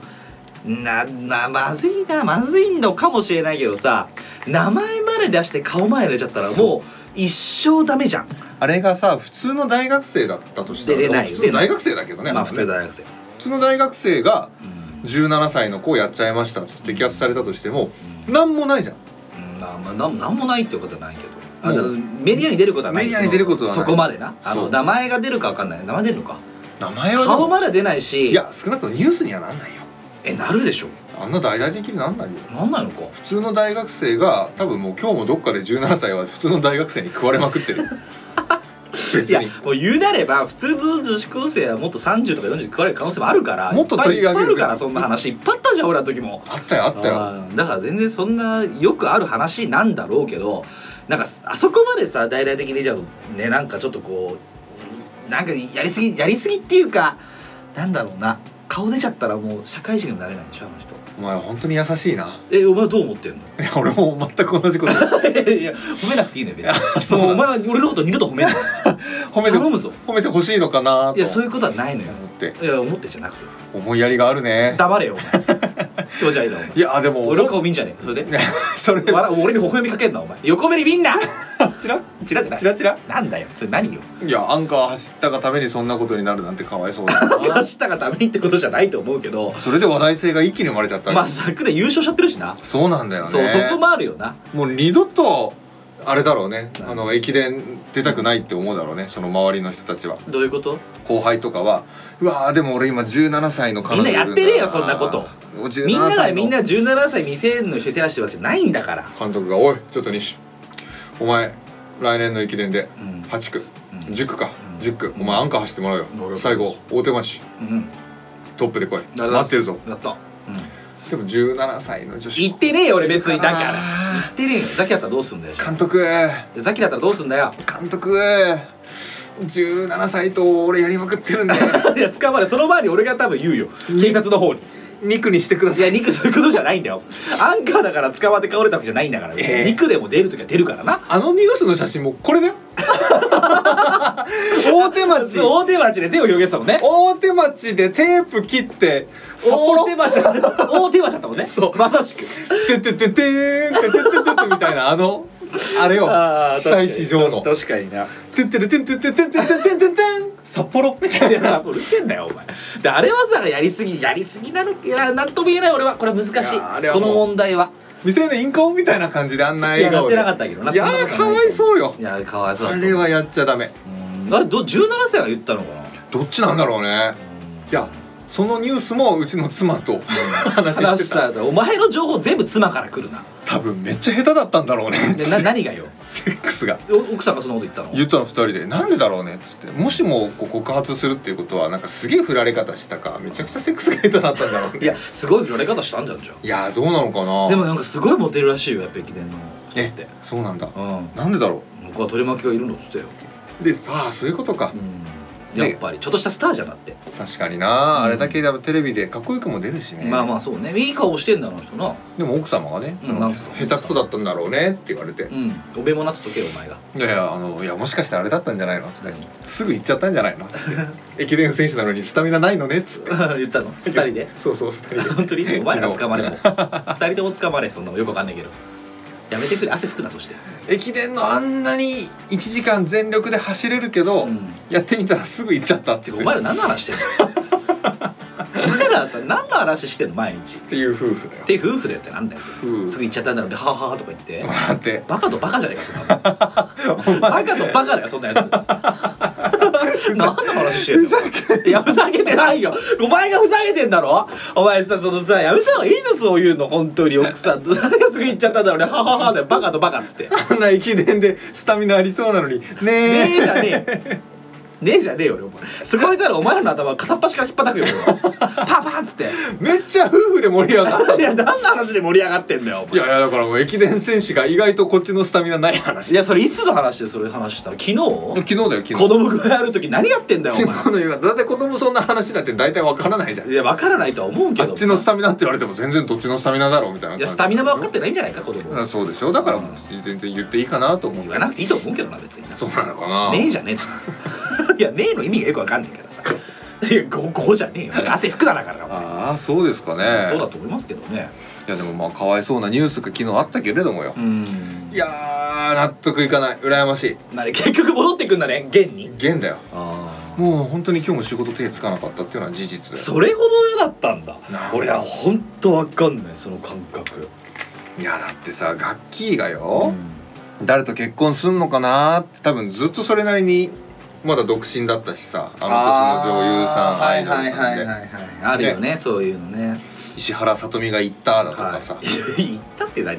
Speaker 1: ななまずいなまずいのかもしれないけどさ名前まで出して顔前出ちゃったら
Speaker 2: そ
Speaker 1: もう一生ダメじゃん
Speaker 2: あれがさ普通の大学生だったとしたら
Speaker 1: 出れない
Speaker 2: 普通の大学生だけどね,、
Speaker 1: まあ普通
Speaker 2: ね
Speaker 1: 大学生、
Speaker 2: 普通の大学生が
Speaker 1: うん
Speaker 2: 17歳の子をやっちゃいましたっつって摘発されたとしても何もないじゃん
Speaker 1: うんなまあ、なんなんもないってことはないけどあ
Speaker 2: も
Speaker 1: だ
Speaker 2: う
Speaker 1: からメディアに出ることはない
Speaker 2: メディアに出ることはない
Speaker 1: そのそこまでなあ
Speaker 2: そ
Speaker 1: の
Speaker 2: う
Speaker 1: 名前が出るかわかんない名前出るのか
Speaker 2: 名前はでも
Speaker 1: 顔まで出ないし
Speaker 2: いや少なくともニュースにはなんないよ
Speaker 1: えなるでしょ
Speaker 2: あんな大々的になんないよ
Speaker 1: なんないのか
Speaker 2: 普通の大学生が多分もう今日もどっかで17歳は普通の大学生に食われまくってる別
Speaker 1: いや
Speaker 2: に
Speaker 1: もう言うなれば普通の女子高生はもっと30とか40食われる可能性もあるから
Speaker 2: もっと
Speaker 1: いっぱい
Speaker 2: 取り上げる
Speaker 1: いっぱいあるからそんな話いっぱいあったじゃん俺らの時も
Speaker 2: あったよあったよ
Speaker 1: あーだから全然そんなよくある話なんだろうけどなんかあそこまでさ大々的に出ちゃうとねなんかちょっとこうなんかやりすぎやりすぎっていうかなんだろうな顔出ちゃったらもう社会人にもなれないでしょあの人
Speaker 2: お前本当に優しいな
Speaker 1: えお前どう思ってんの
Speaker 2: いや俺も全く同じこと
Speaker 1: いや いや褒めなくていいのよ別
Speaker 2: あ
Speaker 1: にもうお前
Speaker 2: な
Speaker 1: は俺のこと二度と褒めない
Speaker 2: 褒めて
Speaker 1: 頼むぞ
Speaker 2: 褒めてほしいのかなと
Speaker 1: いやそういうことはないのよ
Speaker 2: 思って
Speaker 1: いや思ってんじゃなくて
Speaker 2: 思いやりがあるね
Speaker 1: 黙れよお前気持ち悪いなお前
Speaker 2: いやでも
Speaker 1: 俺の顔見んじゃねえそれで
Speaker 2: それ
Speaker 1: 笑俺に微笑みかけんなお前横目に見んな
Speaker 2: チラ
Speaker 1: チラってない
Speaker 2: チラチラ
Speaker 1: なんだよそれ何よ
Speaker 2: いやアンカー走ったがためにそんなことになるなんてかわいそうだな
Speaker 1: 走ったがためにってことじゃないと思うけど
Speaker 2: それで話題性が一気に生まれちゃった、
Speaker 1: まあ昨年優勝しちゃってるしな
Speaker 2: そうなんだよね
Speaker 1: そうそこもあるよな
Speaker 2: もう二度とあれだろうねあの駅伝出たくないって思うだろうねその周りの人たちは
Speaker 1: どういうこと
Speaker 2: 後輩とかはうわーでも俺今17歳の彼女
Speaker 1: みんなやってねえよそんなこと
Speaker 2: 17
Speaker 1: みんなが
Speaker 2: 歳の
Speaker 1: みんな17歳未成年の人に手出してるわけじゃないんだから、
Speaker 2: 監督が「おいちょっと西お前来年の駅伝で
Speaker 1: うん
Speaker 2: 8区
Speaker 1: うん
Speaker 2: 10区か
Speaker 1: うん
Speaker 2: 10区お前アンカー走ってもらう
Speaker 1: う
Speaker 2: よ
Speaker 1: ん
Speaker 2: 最後大手町
Speaker 1: うん、
Speaker 2: トップで来い
Speaker 1: なるほど
Speaker 2: 待ってるぞ
Speaker 1: やった、うん、
Speaker 2: でも17歳の女子
Speaker 1: 言ってねえよ俺別にだから
Speaker 2: あ
Speaker 1: 言ってねえよザキだったらどうすんだよ
Speaker 2: ー監督
Speaker 1: ザキだったらどうすんだよ
Speaker 2: 監督17歳と俺やりまくってるんで
Speaker 1: いや捕まれその前に俺が多分言うよ警察の方に
Speaker 2: 2区にしてくだ
Speaker 1: い
Speaker 2: さい
Speaker 1: や肉そういうことじゃないんだよアンカーだから捕まって倒れたわけじゃないんだから、
Speaker 2: ええ
Speaker 1: 肉でも出るときは出るからな
Speaker 2: あのニュースの写真もこれだよ大手町
Speaker 1: 大手町で手を広げてたもんね
Speaker 2: 大手町でテープ切って札幌
Speaker 1: 大手町だった大手町だったもんね
Speaker 2: そう
Speaker 1: まさしく
Speaker 2: ててててーんてててててみたいなあのあれよ被災市場の
Speaker 1: 確かにな
Speaker 2: てってれてんてっててんてってんてんてんてん札幌みた
Speaker 1: い
Speaker 2: い
Speaker 1: や
Speaker 2: な
Speaker 1: うるせえんだよお前であれはさやりすぎやりすぎなのいやなんとも言えない俺はこれは難し
Speaker 2: い
Speaker 1: い
Speaker 2: やあれは
Speaker 1: こ
Speaker 2: もう
Speaker 1: の問題は
Speaker 2: 未成年インカオみたいな感じであんない
Speaker 1: や
Speaker 2: 笑
Speaker 1: やっ
Speaker 2: 顔
Speaker 1: て
Speaker 2: で
Speaker 1: なかったけどない
Speaker 2: やーかわいそうよ
Speaker 1: いやかわいそうだ
Speaker 2: あ
Speaker 1: と思う
Speaker 2: れはやっちゃダメ
Speaker 1: うんあれど17歳が言ったのかな
Speaker 2: どっちなんだろうねいやそのニュースもうちの妻と話
Speaker 1: 話
Speaker 2: し
Speaker 1: して
Speaker 2: た
Speaker 1: たらお前の情報全部妻から来るな
Speaker 2: 多分めっちゃ下手だったんだろうね
Speaker 1: でな何がよ
Speaker 2: セックスが
Speaker 1: お奥さんがそんなこと言ったの
Speaker 2: 言ったの2人で「なんでだろうね」っつって「もしもこう告発するっていうことはなんかすげえ振られ方したかめちゃくちゃセックスが下手だったんだろう ね」
Speaker 1: いやすごい振られ方したんじゃんじゃ
Speaker 2: いやーどうなのかな
Speaker 1: あでもなんかすごいモテるらしいよやっぱ駅伝の人っ
Speaker 2: え
Speaker 1: て
Speaker 2: そうなんだ
Speaker 1: うん
Speaker 2: なんでだろ
Speaker 1: 僕は取り巻きがいるのっつってよ、
Speaker 2: うでさあそういうことか
Speaker 1: やっぱりちょっとしたスターじゃなって、
Speaker 2: 確かにな、
Speaker 1: うん
Speaker 2: あれだけでもテレビでかっこよくも出るしね
Speaker 1: まあまあそうねいい顔してんだなあの人な
Speaker 2: でも奥様がね「
Speaker 1: うん
Speaker 2: そ
Speaker 1: な
Speaker 2: の
Speaker 1: んつっ
Speaker 2: 下
Speaker 1: た
Speaker 2: 手くそだったんだろうね」って言われて「
Speaker 1: うんおべもなつとけよお前が
Speaker 2: いやいやあのいやもしかしてあれだったんじゃないの?」っつって「すぐ行っちゃったんじゃないの?」っつって「駅伝選手なのにスタミナないのね」っつって
Speaker 1: 言ったの二人で
Speaker 2: そうそう二人で
Speaker 1: 本当にお前ら捕まれもう二人とも捕まれそんなのよくわかんないけどやめてくれ汗拭くなそして、
Speaker 2: 駅伝のあんなに1時間全力で走れるけど、
Speaker 1: うん
Speaker 2: やってみたらすぐ行っちゃったっ
Speaker 1: て
Speaker 2: て言
Speaker 1: か
Speaker 2: っ
Speaker 1: お
Speaker 2: て
Speaker 1: 前ら何の話してんの お前らさ何の話してんの毎日
Speaker 2: っていう夫婦だよ
Speaker 1: で夫婦だよってなんだよそ
Speaker 2: 夫
Speaker 1: れ
Speaker 2: 婦
Speaker 1: すぐ行っちゃったんだろうで「ははは」とか言って
Speaker 2: 待って
Speaker 1: バカとバカじゃねえかそんなの バカとバカだよそんなやつ何の話してん
Speaker 2: ふ
Speaker 1: の
Speaker 2: ざけ
Speaker 1: いやふざけてないよお前がふざけてんだろお前さそのさやめた方がいいぞそういうの本当に奥さんと何がすぐ行っちゃったんだろうねはははだよバカとバカっつってね
Speaker 2: あんな駅伝でスタミナありそうなのにねえ
Speaker 1: えじゃねえよねえじゃねえよ俺お前すごいだろお前らの頭片っ端から引っ叩くよ俺はパンパンっつって
Speaker 2: めっちゃ夫婦で盛り上 がった
Speaker 1: いや何の話で盛り上がってんだよお
Speaker 2: い
Speaker 1: 前
Speaker 2: やいやだからもう駅伝選手が意外とこっちのスタミナない話
Speaker 1: いやそれいつの話でそれ話したの昨日
Speaker 2: 昨日だよ昨日
Speaker 1: 子供がやる時何やってんだよお前
Speaker 2: 昨日の夕方だって子供そんな話だって大体わからないじゃん
Speaker 1: いや分からないとは思うけ
Speaker 2: あ
Speaker 1: ど
Speaker 2: っちのスタミナって言われても全然どっちのスタミナだろうみたいない
Speaker 1: やスタミナも分かっててないんじゃないか子供
Speaker 2: あそうでしょだから全然言っていいかなと思う
Speaker 1: 言わなくていいと思うけどな別にな
Speaker 2: そうなのかな
Speaker 1: ねえじゃねえ いやねえの意味がよくわかんないからさいやごごじゃねえよ汗拭くだなからな
Speaker 2: ああそうですかね
Speaker 1: そうだと思いますけどね
Speaker 2: いやでもまあかわいそうなニュースが昨日あったけれどもよ、
Speaker 1: うん
Speaker 2: いやー納得いかない羨まし
Speaker 1: なに結局戻ってくんだね現
Speaker 2: い
Speaker 1: に
Speaker 2: 現だよ
Speaker 1: あ
Speaker 2: もう本当に今日も仕事手つかなかったっていうのは事実
Speaker 1: それほど嫌だったんだ
Speaker 2: な
Speaker 1: 俺は本当わかんないその感覚
Speaker 2: いやだってさガッキーがよ、誰と結婚すんのかなーって多分ずっとそれなりにまだ独身だったしさあの年の女優さんアイドルさんで
Speaker 1: いはいあるよねそういうのね
Speaker 2: 石原さとみが行っただとかさ、
Speaker 1: はい いや行ったって何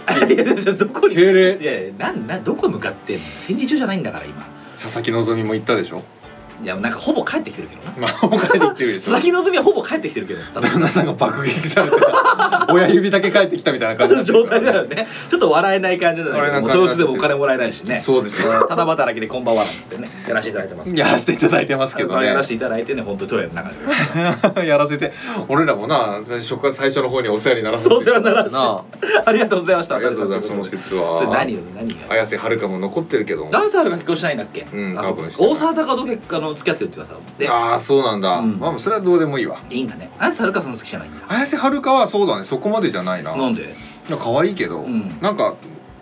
Speaker 1: いやちょどこに
Speaker 2: 敬礼
Speaker 1: いやいやなんなんどこ向かってんの戦時中じゃないんだから今
Speaker 2: 佐々木希も行ったでしょ
Speaker 1: いやなんかほぼ帰ってきてるけどな
Speaker 2: まあお金で行ってるでし
Speaker 1: 佐
Speaker 2: ょ
Speaker 1: 々木希はほぼ帰ってきてる けど
Speaker 2: 旦那さんが爆撃されてさ親指だけ返ってきたみたいな感じになって
Speaker 1: 状
Speaker 2: るか
Speaker 1: 態
Speaker 2: らね
Speaker 1: だよねちょっと笑えない感じだ
Speaker 2: 笑え
Speaker 1: よ
Speaker 2: な
Speaker 1: ね
Speaker 2: い感じ
Speaker 1: 調子でもお金もらえないしね
Speaker 2: そうですよ
Speaker 1: ただ働きでこんばんはなんつってねやらせていただいてます
Speaker 2: やらせていただいてますけどね
Speaker 1: やらせていただいてね本当トイレの中で
Speaker 2: やらせて俺らもな初回最初の方にお世話にならせて
Speaker 1: そうお世話に ならせて
Speaker 2: あ
Speaker 1: ありがとうございました
Speaker 2: ありがとうございますその説は
Speaker 1: それ何よ何よ
Speaker 2: 綾瀬はるかも残ってるけども
Speaker 1: ダンサーが結婚しないんだっけ、
Speaker 2: うん
Speaker 1: あそう
Speaker 2: 多分してない
Speaker 1: 大沢たかと結果の付き合ってるって噂だもんで
Speaker 2: ああそうなんだ、
Speaker 1: うん
Speaker 2: まあそれはどうでもいいわ
Speaker 1: いいんだねあれサルカさん好きじゃないんだ
Speaker 2: 綾瀬はるかはそうだねそこまでじゃないな
Speaker 1: なんでう
Speaker 2: なんか可愛いけど、
Speaker 1: うん
Speaker 2: なんか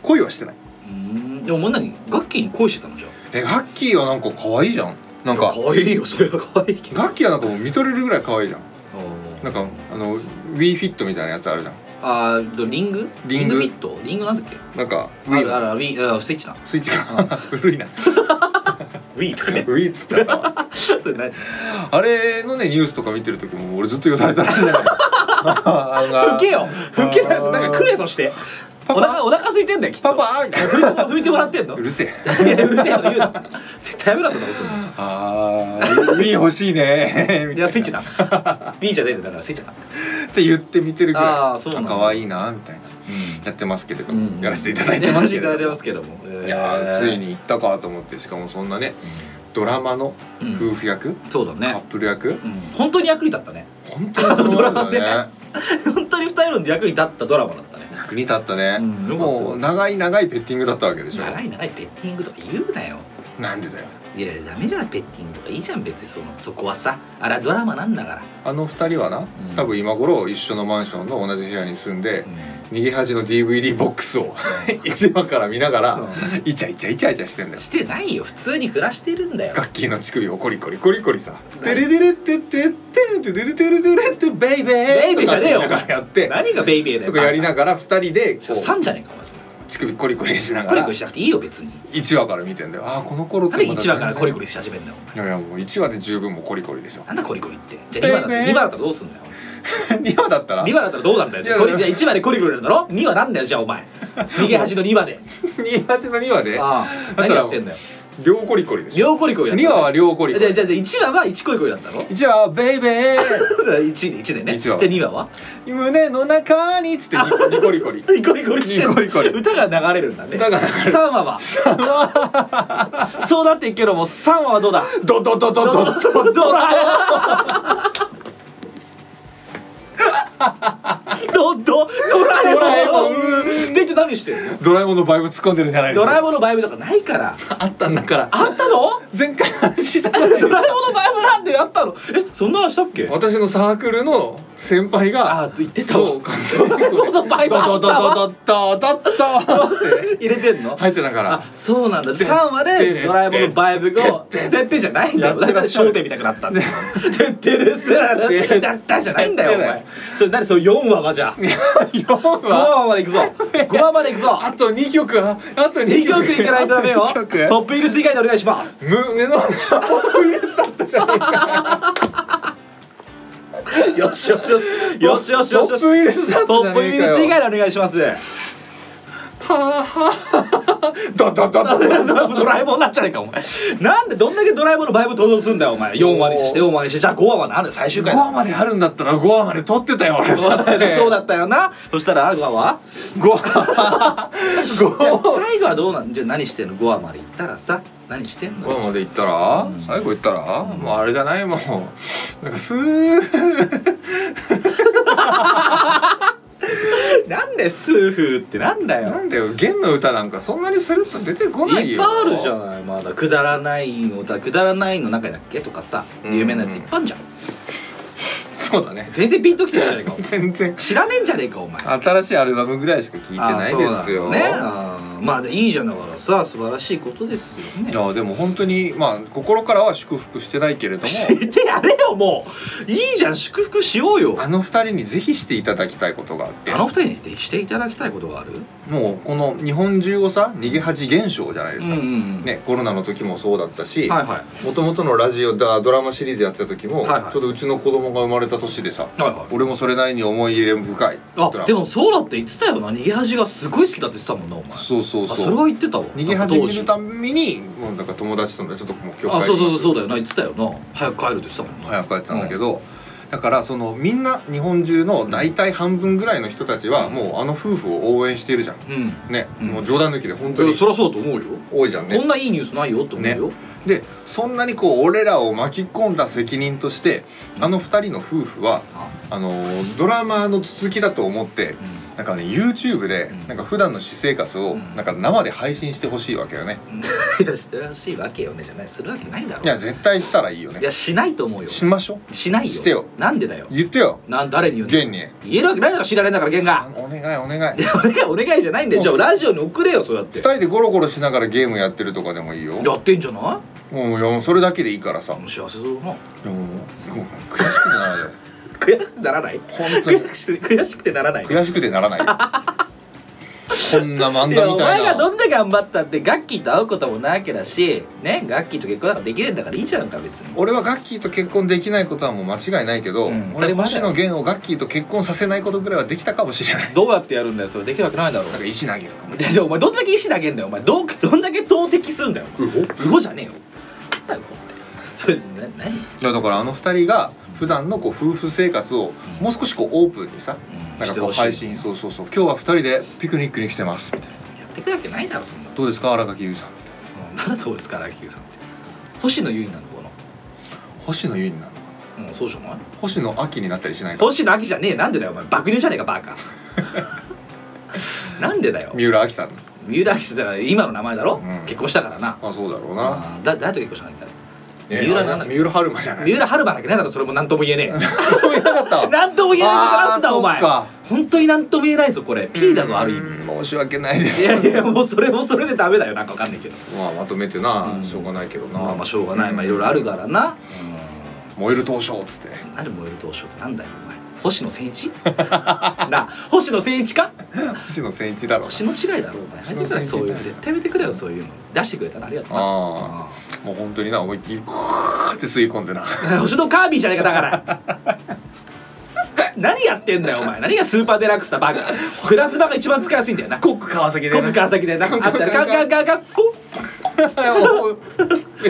Speaker 2: 恋はしてない
Speaker 1: ーんでももう何ガッキーに恋してたのじゃ
Speaker 2: えガッキーはなんか可愛いじゃんなん
Speaker 1: あ
Speaker 2: か
Speaker 1: 可愛いよ それは可愛いけど
Speaker 2: ガッキーはなんかもう見とれるぐらい可愛いじゃん
Speaker 1: あ
Speaker 2: なんかあの w e フィットみたいなやつあるじゃん
Speaker 1: あーリング
Speaker 2: リング
Speaker 1: フィットリングなんだっけ
Speaker 2: なんか
Speaker 1: あ
Speaker 2: Wii
Speaker 1: るあ
Speaker 2: の
Speaker 1: るあるウィーあスイッチな
Speaker 2: スイッチか古いな
Speaker 1: ウィーと
Speaker 2: Wii っつっちゃったわ
Speaker 1: それ何
Speaker 2: あれのねニュースとか見てる時も俺ずっとよだれ垂らしてた からあの
Speaker 1: ふけよふけだよなんか食えそして
Speaker 2: パ
Speaker 1: お
Speaker 2: パ
Speaker 1: 腹お腹空いてんだよきっと
Speaker 2: パパみたいな
Speaker 1: 拭いても拭いてもらってんの
Speaker 2: う
Speaker 1: い
Speaker 2: るせえ
Speaker 1: やうるせえとか言うな絶対やめろそんなことすんの
Speaker 2: あー Wii 欲しいねみ
Speaker 1: い
Speaker 2: たい
Speaker 1: や
Speaker 2: な
Speaker 1: スイッ チな B じゃねえんだからスイッチな
Speaker 2: って言って見てるぐ
Speaker 1: あ
Speaker 2: ら
Speaker 1: ー
Speaker 2: い
Speaker 1: そうなんだ
Speaker 2: 可愛いなみたいなやってますけれども、
Speaker 1: うん
Speaker 2: やらせていただいて
Speaker 1: や
Speaker 2: ま
Speaker 1: ら
Speaker 2: す
Speaker 1: せて
Speaker 2: け
Speaker 1: い
Speaker 2: れ
Speaker 1: た
Speaker 2: ど
Speaker 1: だいて
Speaker 2: も
Speaker 1: ますけども
Speaker 2: いやーつい
Speaker 1: に
Speaker 2: に行ったかと思ってしかもそんなねドラマの夫婦役、
Speaker 1: そうだ
Speaker 2: カッ
Speaker 1: ね
Speaker 2: プル役
Speaker 1: うん本当に役に立ったね
Speaker 2: 本当にそのドラマ
Speaker 1: ドラ
Speaker 2: だね
Speaker 1: 本当に二人の役に立ったドラマだったね
Speaker 2: 役に立ったね、
Speaker 1: うん
Speaker 2: もう長い長いペッティングだったわけでしょ
Speaker 1: 長い長いペッティングとか言うなよ
Speaker 2: なんでだよ
Speaker 1: いやダメじゃないペッティングとかいいじゃん別にそのそこはさあらドラマなんだから
Speaker 2: あの二人はな、
Speaker 1: ん
Speaker 2: 多分今頃一緒のマンションの同じ部屋に住んで、逃げ恥の DVD ボックスを一話から見ながら、イチャイチャイチャイチャしてんだよ
Speaker 1: してないよ普通に暮らしてるんだよ
Speaker 2: ガッキーの乳首をコリコリコリコリさ「
Speaker 1: 何
Speaker 2: テレテレテテテテレテレテレテベイベー」
Speaker 1: ベイベーじゃねえよ
Speaker 2: とかって言いながらやって
Speaker 1: 何がベイベーだよ
Speaker 2: とかやりながら二人でこ
Speaker 1: しかも
Speaker 2: う
Speaker 1: 3じゃねえかお前それ
Speaker 2: 乳首コリコリしな
Speaker 1: コ
Speaker 2: が
Speaker 1: リコ
Speaker 2: ら
Speaker 1: リしなくていいよ別に
Speaker 2: 一話から見てんだよああこの頃って
Speaker 1: なんで1話からコリコ
Speaker 2: リ
Speaker 1: リし始めんだよお前
Speaker 2: いやいやもう一話で十分もうコリコリでしょ
Speaker 1: なんだコリコリってじゃあ2話だっ
Speaker 2: ベ
Speaker 1: た
Speaker 2: イベー
Speaker 1: 二話だったらどうすんだよ
Speaker 2: 2話だったら
Speaker 1: 2話だったらどうなんだよじゃあ
Speaker 2: いや
Speaker 1: コリじゃあ1話でコリコリなんだろ2話なんだよじゃあお前逃げ恥の2話で
Speaker 2: 2 8の2話で
Speaker 1: ああ何やってんだよ
Speaker 2: 両コリコリでしょ
Speaker 1: 両コリコリだった
Speaker 2: 2話は両コリコ
Speaker 1: じゃあ
Speaker 2: リ
Speaker 1: じゃあ1話は1コリコリだったの
Speaker 2: 一話はベイベー
Speaker 1: 1, で一でね
Speaker 2: 一話は
Speaker 1: じゃあ2話は
Speaker 2: 胸の中にっつってニコリコリ
Speaker 1: コリコリしてる
Speaker 2: コリコリ
Speaker 1: 歌が流れるんだね
Speaker 2: 歌が流れる
Speaker 1: 3話は そうなっていくけども3話はどうだ
Speaker 2: ドドドドドド
Speaker 1: ドラえもんドドドラえもん出て何してるの
Speaker 2: ドラえもんのバイブ突っ込んでるじゃないです
Speaker 1: ド
Speaker 2: か
Speaker 1: ラえもんのバイブとかないから
Speaker 2: あったんだから
Speaker 1: あったの
Speaker 2: 前回話したじゃない
Speaker 1: ドラえもんのバイブなんてやったのえそんなのしたっけ
Speaker 2: 私のサークルの先輩が
Speaker 1: あ言ってたわ
Speaker 2: そう関西弁
Speaker 1: ドラえもんのバイブあったわ
Speaker 2: ドドドドドドドドって
Speaker 1: 入れてんの
Speaker 2: 入ってたから
Speaker 1: あそうなんだ3話でドラえもんのバイブが「てって」じゃないんだよだから焦点みたくなったんだよ「てってですてららてだった」じゃないんだよお前それ何それ4話がじゃあ
Speaker 2: 4
Speaker 1: 5話
Speaker 2: 話
Speaker 1: までい くぞ5話までいくぞ
Speaker 2: あと2曲あと
Speaker 1: 2
Speaker 2: 2曲
Speaker 1: 曲いかないとダメよ
Speaker 2: あ
Speaker 1: ト
Speaker 2: と二曲
Speaker 1: ップイルス以外でお願いします
Speaker 2: 胸の中イエスだったじゃねえか
Speaker 1: よしよしよしよしよしよしよし
Speaker 2: ポップウイルスだったじ
Speaker 1: ト
Speaker 2: ゃ
Speaker 1: ップ
Speaker 2: ね
Speaker 1: イ
Speaker 2: え
Speaker 1: ル
Speaker 2: か
Speaker 1: ス以
Speaker 2: よ
Speaker 1: 外でお願いします
Speaker 2: はあはあドドドドド
Speaker 1: ドラえもんなんじゃねえかお前なんでどんだけドラえもんのバイブ登場すんだよお前4話にして4話にしてじゃあ5話はなんで最終回
Speaker 2: 5
Speaker 1: だ
Speaker 2: 話まであるんだったら5話まで撮ってたよ俺
Speaker 1: そうだよねそうだったよなそしたら5話 は
Speaker 2: 5話
Speaker 1: じゃあ
Speaker 2: 5話
Speaker 1: 最後はどうなんじゃあ何してんの5話まで行ったらさ何してん
Speaker 2: こ
Speaker 1: の
Speaker 2: こまで行った
Speaker 1: う
Speaker 2: ら、
Speaker 1: ん
Speaker 2: 最後行ったら、もうあれじゃないもんなんかスー
Speaker 1: なんだよ痛風ってなんだ
Speaker 2: な
Speaker 1: よ
Speaker 2: んだよ弦の歌なんかそんなにスルッと出てこない
Speaker 1: いっ
Speaker 2: よ
Speaker 1: ぱいあるじゃないまだくだらないのだくだらないの中だっけとかさ
Speaker 2: うん
Speaker 1: 有名なやついっぱいあんじゃん
Speaker 2: そうだね
Speaker 1: 全然ピンときてないじゃねえか
Speaker 2: 全然
Speaker 1: 知らねえんじゃねえかお前
Speaker 2: 新しいアルバムぐらいしか聞いてないですよ
Speaker 1: あそうなのねあーまあでいいじゃんだからさ素晴らしいことですよね
Speaker 2: いやでも本当にまあ心からは祝福してないけれど も
Speaker 1: してやれよもういいじゃん祝福しようよ
Speaker 2: あの二人にぜひしていただきたいことがあって
Speaker 1: あの二人にでしていただきたいことがある
Speaker 2: もうこの日本中をさ逃げ恥現象じゃないですか、
Speaker 1: ん
Speaker 2: ね、コロナの時もそうだったし
Speaker 1: はいはい
Speaker 2: もともとのラジオだドラマシリーズやってた時も、
Speaker 1: はいはい
Speaker 2: ちょうどうちの子供が生まれた年でさ
Speaker 1: はいはい
Speaker 2: 俺もそれなりに思い入れ深いドラ
Speaker 1: あ
Speaker 2: マ
Speaker 1: でもそうだって言ってたよな逃げ恥がすごい好きだって言ってたもんなお前
Speaker 2: そうそう
Speaker 1: あ
Speaker 2: そ
Speaker 1: それ
Speaker 2: う
Speaker 1: は言ってたわ
Speaker 2: 逃げ恥見るた
Speaker 1: め
Speaker 2: んびにもうなんか友達とのちょっともう今
Speaker 1: あ
Speaker 2: 日
Speaker 1: そうそうそうそうだ
Speaker 2: だ
Speaker 1: よな言ってたよな早く帰るって言ってたもんな
Speaker 2: 早く帰ったんだけど、だからそのみんな日本中の大体半分ぐらいの人たちはもうあの夫婦を応援しているじゃん
Speaker 1: うん
Speaker 2: ね、
Speaker 1: うん
Speaker 2: もう冗談抜きで本当
Speaker 1: いや
Speaker 2: に
Speaker 1: そりゃそうだと思うよ
Speaker 2: 多いじゃんね
Speaker 1: こんないいニュースないよって思うよ
Speaker 2: でそんなにこう俺らを巻き込んだ責任として
Speaker 1: うん
Speaker 2: あの2人の夫婦は
Speaker 1: あ
Speaker 2: あのドラマの続きだと思ってなんかね YouTube で
Speaker 1: うん
Speaker 2: なんか普段の私生活を
Speaker 1: うん
Speaker 2: なんか生で配信してほしいわけよね
Speaker 1: うん いやしてほしいわけよねじゃないするわけないだろ
Speaker 2: いや絶対したらいいよ
Speaker 1: い
Speaker 2: ね
Speaker 1: やしないと思うよ
Speaker 2: しましょ
Speaker 1: しないよ
Speaker 2: してよ
Speaker 1: なんでだよ
Speaker 2: う言ってよ
Speaker 1: なん誰に言うの
Speaker 2: 現に
Speaker 1: 言えるわけないだろ知られんだからゲン
Speaker 2: あ
Speaker 1: が
Speaker 2: お願いお願い
Speaker 1: いやお願いお願いじゃないんだよじゃあラジオに送れよそうやって
Speaker 2: 2人でゴロゴロしながらゲームやってるとかでもいいよ
Speaker 1: やってんじゃな
Speaker 2: もういやもうそれだけでいいからさ
Speaker 1: い幸せそうだない
Speaker 2: やもうもう悔しくてならないよ
Speaker 1: 悔しくてならない
Speaker 2: 本当に
Speaker 1: 悔しくて悔しくてならない
Speaker 2: 悔しくて ならないよこんな漫
Speaker 1: いや
Speaker 2: 画
Speaker 1: お
Speaker 2: みた
Speaker 1: 前
Speaker 2: い
Speaker 1: が
Speaker 2: な
Speaker 1: どんな頑張ったってガッキーと会うこともないわけだしねガッキーと結婚なんかできねえんだからいいじゃんか別に
Speaker 2: 俺はガッキーと結婚できないことはもう間違いないけど、
Speaker 1: うん
Speaker 2: 俺星野源をガッキーと結婚させないことぐらいはできたかもしれない
Speaker 1: どうやってやるんだよそれできるわけないだろ
Speaker 2: なんか石投げるかも
Speaker 1: ででお前どんだけ石投げんだよお前どうどんだけ投擲するんだようごじゃねえよなんだよこってそれでな何、うん
Speaker 2: いやだからあの二人が普段のこう夫婦生活をもう少しこうオープンにさなんかこう配信そうそうそう今日は二人でピクニックに来てますみたいな
Speaker 1: やってくわけないだろそんな
Speaker 2: どうですか荒垣結衣さん
Speaker 1: うんなんだどうですか荒木優さんって星野結衣なのか
Speaker 2: 星野結衣になるのか
Speaker 1: なうんそうじゃない
Speaker 2: な星野秋になったりしないかな
Speaker 1: 星野秋じゃねえなんでだよお前爆乳じゃねえか バカなんでだよ
Speaker 2: 三浦亜希さん
Speaker 1: 三浦亜希さんだから今の名前だろ、
Speaker 2: うん
Speaker 1: 結婚したからな
Speaker 2: あそうだろうな、
Speaker 1: あーだ誰と結婚したんだっけ
Speaker 2: ね
Speaker 1: 三浦
Speaker 2: あれ
Speaker 1: なんだっけ
Speaker 2: 三浦春馬じゃない
Speaker 1: 三浦春馬だけないだろそれも何とも言え ね
Speaker 2: そう言えなかった
Speaker 1: え何とも言えねえことなんだお前
Speaker 2: あーそっか
Speaker 1: 本当に何とも言えないぞこれ P だぞある意味
Speaker 2: うん申し訳ないで
Speaker 1: い
Speaker 2: す
Speaker 1: やいやもうそれもそれでダメだよなんかわかんないけど
Speaker 2: まあまとめてな、
Speaker 1: うん
Speaker 2: しょうがないけどな
Speaker 1: まあまあしょうがないまあいろいろあるからな
Speaker 2: 燃える闘争っつって
Speaker 1: うんなんで燃える闘争ってなんだよお前星野千 一なあ星野千一か
Speaker 2: 星野千一だろう
Speaker 1: 星の違いだろお前
Speaker 2: 星
Speaker 1: やめてく
Speaker 2: の
Speaker 1: れそういう
Speaker 2: 違い
Speaker 1: の絶対やめてくれよそういうの出してくれたらありがとうな
Speaker 2: ああもう本当にな思いっきりグーって吸い込んでな
Speaker 1: うん 星のカービィじゃないかだから 何やってんだよお前何がスーパーデラックスだバカグラスバが一番使いやすいんだよなコ
Speaker 2: コック川崎
Speaker 1: ック川 崎でなあったらガンガンガンガンコッ
Speaker 2: めっちゃ
Speaker 1: あー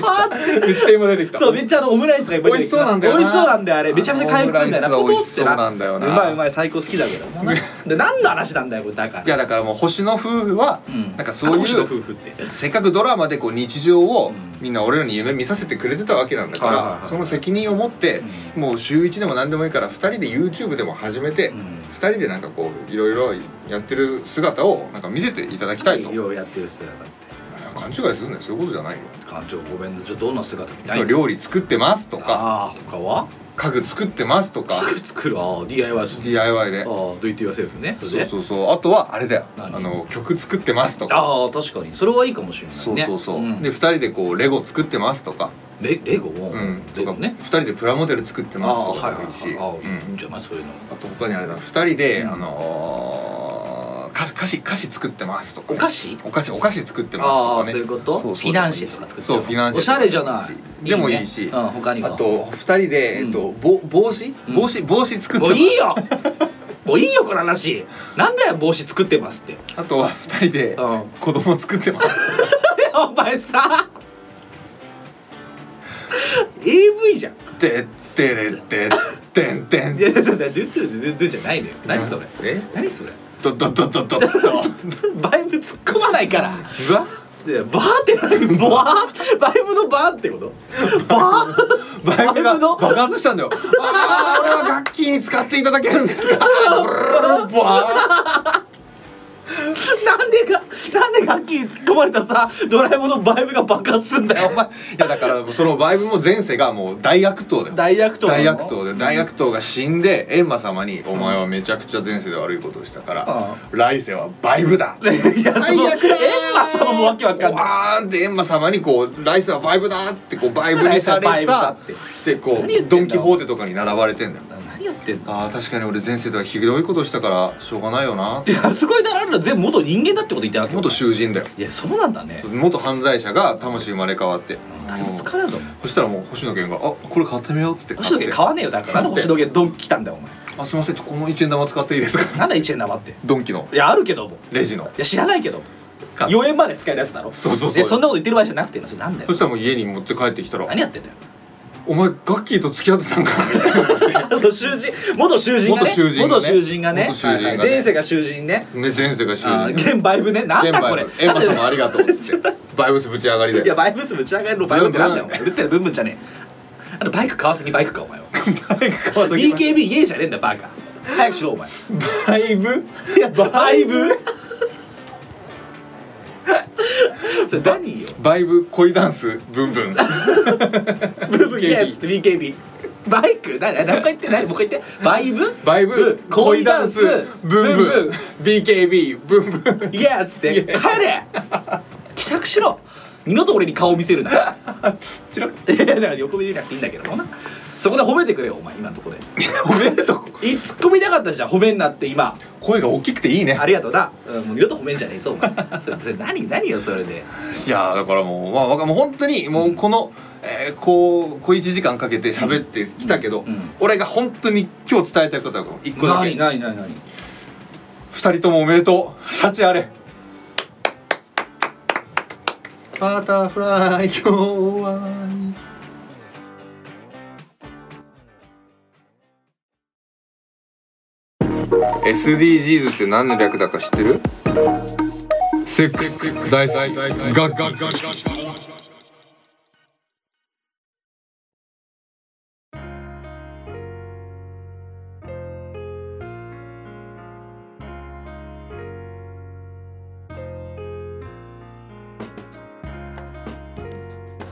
Speaker 2: めっちゃ今出てきた
Speaker 1: そうめっちゃあのオムライスがいっぱい出てきて
Speaker 2: 美味しそうなんだよな
Speaker 1: 美味しそうなんだよあれめちゃめちゃ回復するんだよな
Speaker 2: あのオムライスは美味
Speaker 1: ポ
Speaker 2: しそう
Speaker 1: ポって
Speaker 2: なんだよな
Speaker 1: うまいうまい最高好きだけども なで何の話なんだよこれだから
Speaker 2: いやだからもう星の夫婦は、
Speaker 1: うん
Speaker 2: なんかそうい
Speaker 1: 星野
Speaker 2: う
Speaker 1: 夫婦って
Speaker 2: せっかくドラマでこう日常を
Speaker 1: うん
Speaker 2: みんな俺らに夢見させてくれてたわけなんだから、
Speaker 1: はいはいはい
Speaker 2: その責任を持って、もう週1でも何でもいいから2人で YouTube でも始めて、
Speaker 1: うん
Speaker 2: 2人でなんかこういろいろやってる姿をなんか見せていただきたいと、
Speaker 1: ようやってる人だなって
Speaker 2: 勘違いするんだよそういうことじゃないよ、
Speaker 1: 館長ごめんねちょっとどんな姿見たい
Speaker 2: そう料理作ってますとか
Speaker 1: ああ他は
Speaker 2: 家具作ってますとか
Speaker 1: 作るああ DIY する
Speaker 2: DIY で
Speaker 1: ああどういって言わせるねそれ
Speaker 2: そう
Speaker 1: で
Speaker 2: そうそうあとはあれだよあ
Speaker 1: 何
Speaker 2: の曲作ってますとか
Speaker 1: ああ確かにそれはいいかもしれないね
Speaker 2: そうそうそう、
Speaker 1: ん
Speaker 2: で2人でこうレゴ作ってますとか、
Speaker 1: レレゴを
Speaker 2: うん、
Speaker 1: レ
Speaker 2: と
Speaker 1: ゴ
Speaker 2: か
Speaker 1: ね
Speaker 2: 2人でプラモデル作って
Speaker 1: あ
Speaker 2: ま
Speaker 1: あ
Speaker 2: すと
Speaker 1: はい
Speaker 2: か
Speaker 1: はい
Speaker 2: でもいいし、
Speaker 1: はいああいい
Speaker 2: うん
Speaker 1: んじゃないそういうの
Speaker 2: あと他にあれだ2人で、
Speaker 1: うん
Speaker 2: あのー、菓子菓子菓子作ってますとか
Speaker 1: お菓子
Speaker 2: お菓子お菓子作って
Speaker 1: あ
Speaker 2: ま
Speaker 1: あ
Speaker 2: す
Speaker 1: そうい
Speaker 2: とか
Speaker 1: う
Speaker 2: ね
Speaker 1: こと
Speaker 2: そう
Speaker 1: フ
Speaker 2: そう
Speaker 1: ィナンシェとか作っちゃ
Speaker 2: そうフィナンシェ
Speaker 1: おしゃれじゃない
Speaker 2: でも
Speaker 1: ね
Speaker 2: いいし
Speaker 1: うん、他に
Speaker 2: あ
Speaker 1: は
Speaker 2: と2人で、
Speaker 1: うん
Speaker 2: えっと、ぼ帽子
Speaker 1: うん
Speaker 2: 帽子帽子作って
Speaker 1: も
Speaker 2: ま
Speaker 1: う
Speaker 2: す
Speaker 1: いいよもういいよこの話なんだよ帽子作ってますってうん
Speaker 2: あとは2人で子供作ってます
Speaker 1: お前さ AV じゃん
Speaker 2: てってれってってんてん
Speaker 1: いやいやそれドゥドゥドゥドゥじゃないのよ何それ
Speaker 2: え
Speaker 1: 何それ
Speaker 2: どどどどどど
Speaker 1: バイブ突っ込まないから
Speaker 2: うわ
Speaker 1: でバーって何バーバイブのバーってことバ ー
Speaker 2: バイブ
Speaker 1: バイ
Speaker 2: が
Speaker 1: ブの
Speaker 2: 爆発したんだよああ俺は楽器に使っていただけるんですかブルルルバー
Speaker 1: なんでかなんで楽器に突っ込まれたさドラえもんのバイブが爆発すんだよお前
Speaker 2: いやだからそのバイブも前世がもう大悪党だよ
Speaker 1: 大悪党なの
Speaker 2: 大悪党で大悪党が死んで閻魔様に「お前はめちゃくちゃ前世で悪いことをしたから来世はバイブだ!」
Speaker 1: いやその
Speaker 2: 最悪
Speaker 1: エ
Speaker 2: だー
Speaker 1: ンマ様もわけわかんない
Speaker 2: わーんって閻魔様にこう「来世はバイブだ!」ってこうバイブにさ
Speaker 1: 来世は
Speaker 2: れた
Speaker 1: バイブだ
Speaker 2: でこ
Speaker 1: 何言ってん
Speaker 2: う
Speaker 1: だ
Speaker 2: ドン・キホーテとかに並ばれてんだよ
Speaker 1: 何やってんの
Speaker 2: あー確かに俺前世ではひどいことしたからしょうがないよない
Speaker 1: やそこになられるの全部元人間だってこと言ってなきゃ
Speaker 2: 元囚人だよ
Speaker 1: いやそうなんだね
Speaker 2: 元犯罪者が魂生まれ変わって
Speaker 1: 誰も疲れんぞ
Speaker 2: そしたらもう星野源が「あこれ買ってみよう」っつって買っ
Speaker 1: 星
Speaker 2: て
Speaker 1: 野源買わねえよだからなんで星野源ドン来たんだよお前
Speaker 2: あすいませんちょこの一円玉使っていいですか
Speaker 1: なんだ1円黙って
Speaker 2: ドンキの
Speaker 1: いやあるけども
Speaker 2: レジの
Speaker 1: いや知らないけど
Speaker 2: か
Speaker 1: 4円まで使えるやつだろ
Speaker 2: そうそうそう
Speaker 1: でそんなこと言ってる場合じゃなくてそれなんだよ
Speaker 2: そしたらもう家に持って帰ってきたら
Speaker 1: 何やってんだよ
Speaker 2: 「お前ガッキーと付き合ってたんか」みたいな
Speaker 1: そう囚人元囚人がね
Speaker 2: 元囚人がね
Speaker 1: 元囚人がね
Speaker 2: 元囚人
Speaker 1: は
Speaker 2: がね
Speaker 1: いはい前世が囚人ね
Speaker 2: ね前世が主
Speaker 1: あー
Speaker 2: 人で
Speaker 1: 現バイブねなんだこれ
Speaker 2: エンマ様ありがとうっつ ってバイブスぶち上がりで
Speaker 1: いやバイブスぶち上がるのバイブってなんだよお前うるせえなブンブンじゃねえあのバイク川崎バイクかお前はバイク川崎 BKB イエーじゃねえんだバカ早くしろお前
Speaker 2: バイブ
Speaker 1: いやバイブそれ何よ
Speaker 2: バイブ恋ダンスブンブン
Speaker 1: ブンブンイエーっつって BKB バイク何何何回言って何もう一回言ってバイブ
Speaker 2: バイブ恋ダンスブン
Speaker 1: ブン
Speaker 2: ブン
Speaker 1: ブ
Speaker 2: BKB ブンブン
Speaker 1: イエーっつって帰れ帰宅しろ二度と俺に顔見せ るなしろいやだから横目で見なくていいんだけどもなそこで褒めてくれよお前今のところで
Speaker 2: 褒めるとこ
Speaker 1: いツッコミなかったじゃん褒めんなって今
Speaker 2: 声が大きくていいね
Speaker 1: ありがとうな、うん、もう二度と褒めんじゃねえぞお前それそれ何何よそれで
Speaker 2: いやーだからもうまあわかもう本当にもうこの、えーこう小1時間かけて喋ってきたけど、
Speaker 1: うんうん
Speaker 2: 俺が本当に今日伝えたいことが一個だけ
Speaker 1: 何何何
Speaker 2: 二人ともおめでとう幸あれバタフライ今日はSDGs って何の略だか知ってるセックス大好きガッガッガッ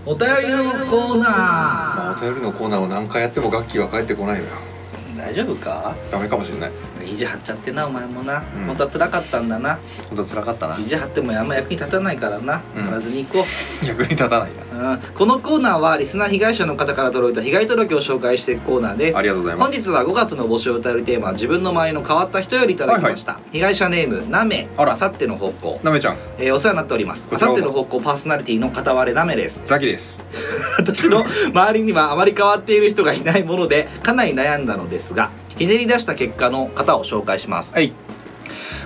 Speaker 1: お便りのコー
Speaker 2: まあ
Speaker 1: ナ
Speaker 2: お便りのコーナーを何回やってもガッキーは帰ってこないよ
Speaker 1: ー大丈夫か
Speaker 2: ダメかもしれない
Speaker 1: 意地張っちゃってなお前もな、
Speaker 2: うん
Speaker 1: 本当は辛かったんだな
Speaker 2: 本当辛かったな
Speaker 1: 意地張ってもあんま役に立たないからな、
Speaker 2: うん
Speaker 1: やらずに行こう
Speaker 2: 役に立たないな
Speaker 1: うんこのコーナーはリスナー被害者の方から届いた被害届を紹介していくコーナーです
Speaker 2: ありがとうございま
Speaker 1: 本
Speaker 2: す
Speaker 1: 日は5月の募集を歌えるテーマは自分の周りの変わった人よりいただきました、被害者ネームなめ
Speaker 2: あら
Speaker 1: あさっての方向、
Speaker 2: なめちゃん
Speaker 1: えーお世話になっております
Speaker 2: こ
Speaker 1: あ
Speaker 2: ち
Speaker 1: さ
Speaker 2: らも
Speaker 1: っての方向パーソナリティの片割れなめです
Speaker 2: ザキです
Speaker 1: 私の周りにはあまり変わっている人がいないものでかなり悩んだのですがひねり出した結果の方を紹介します
Speaker 2: はい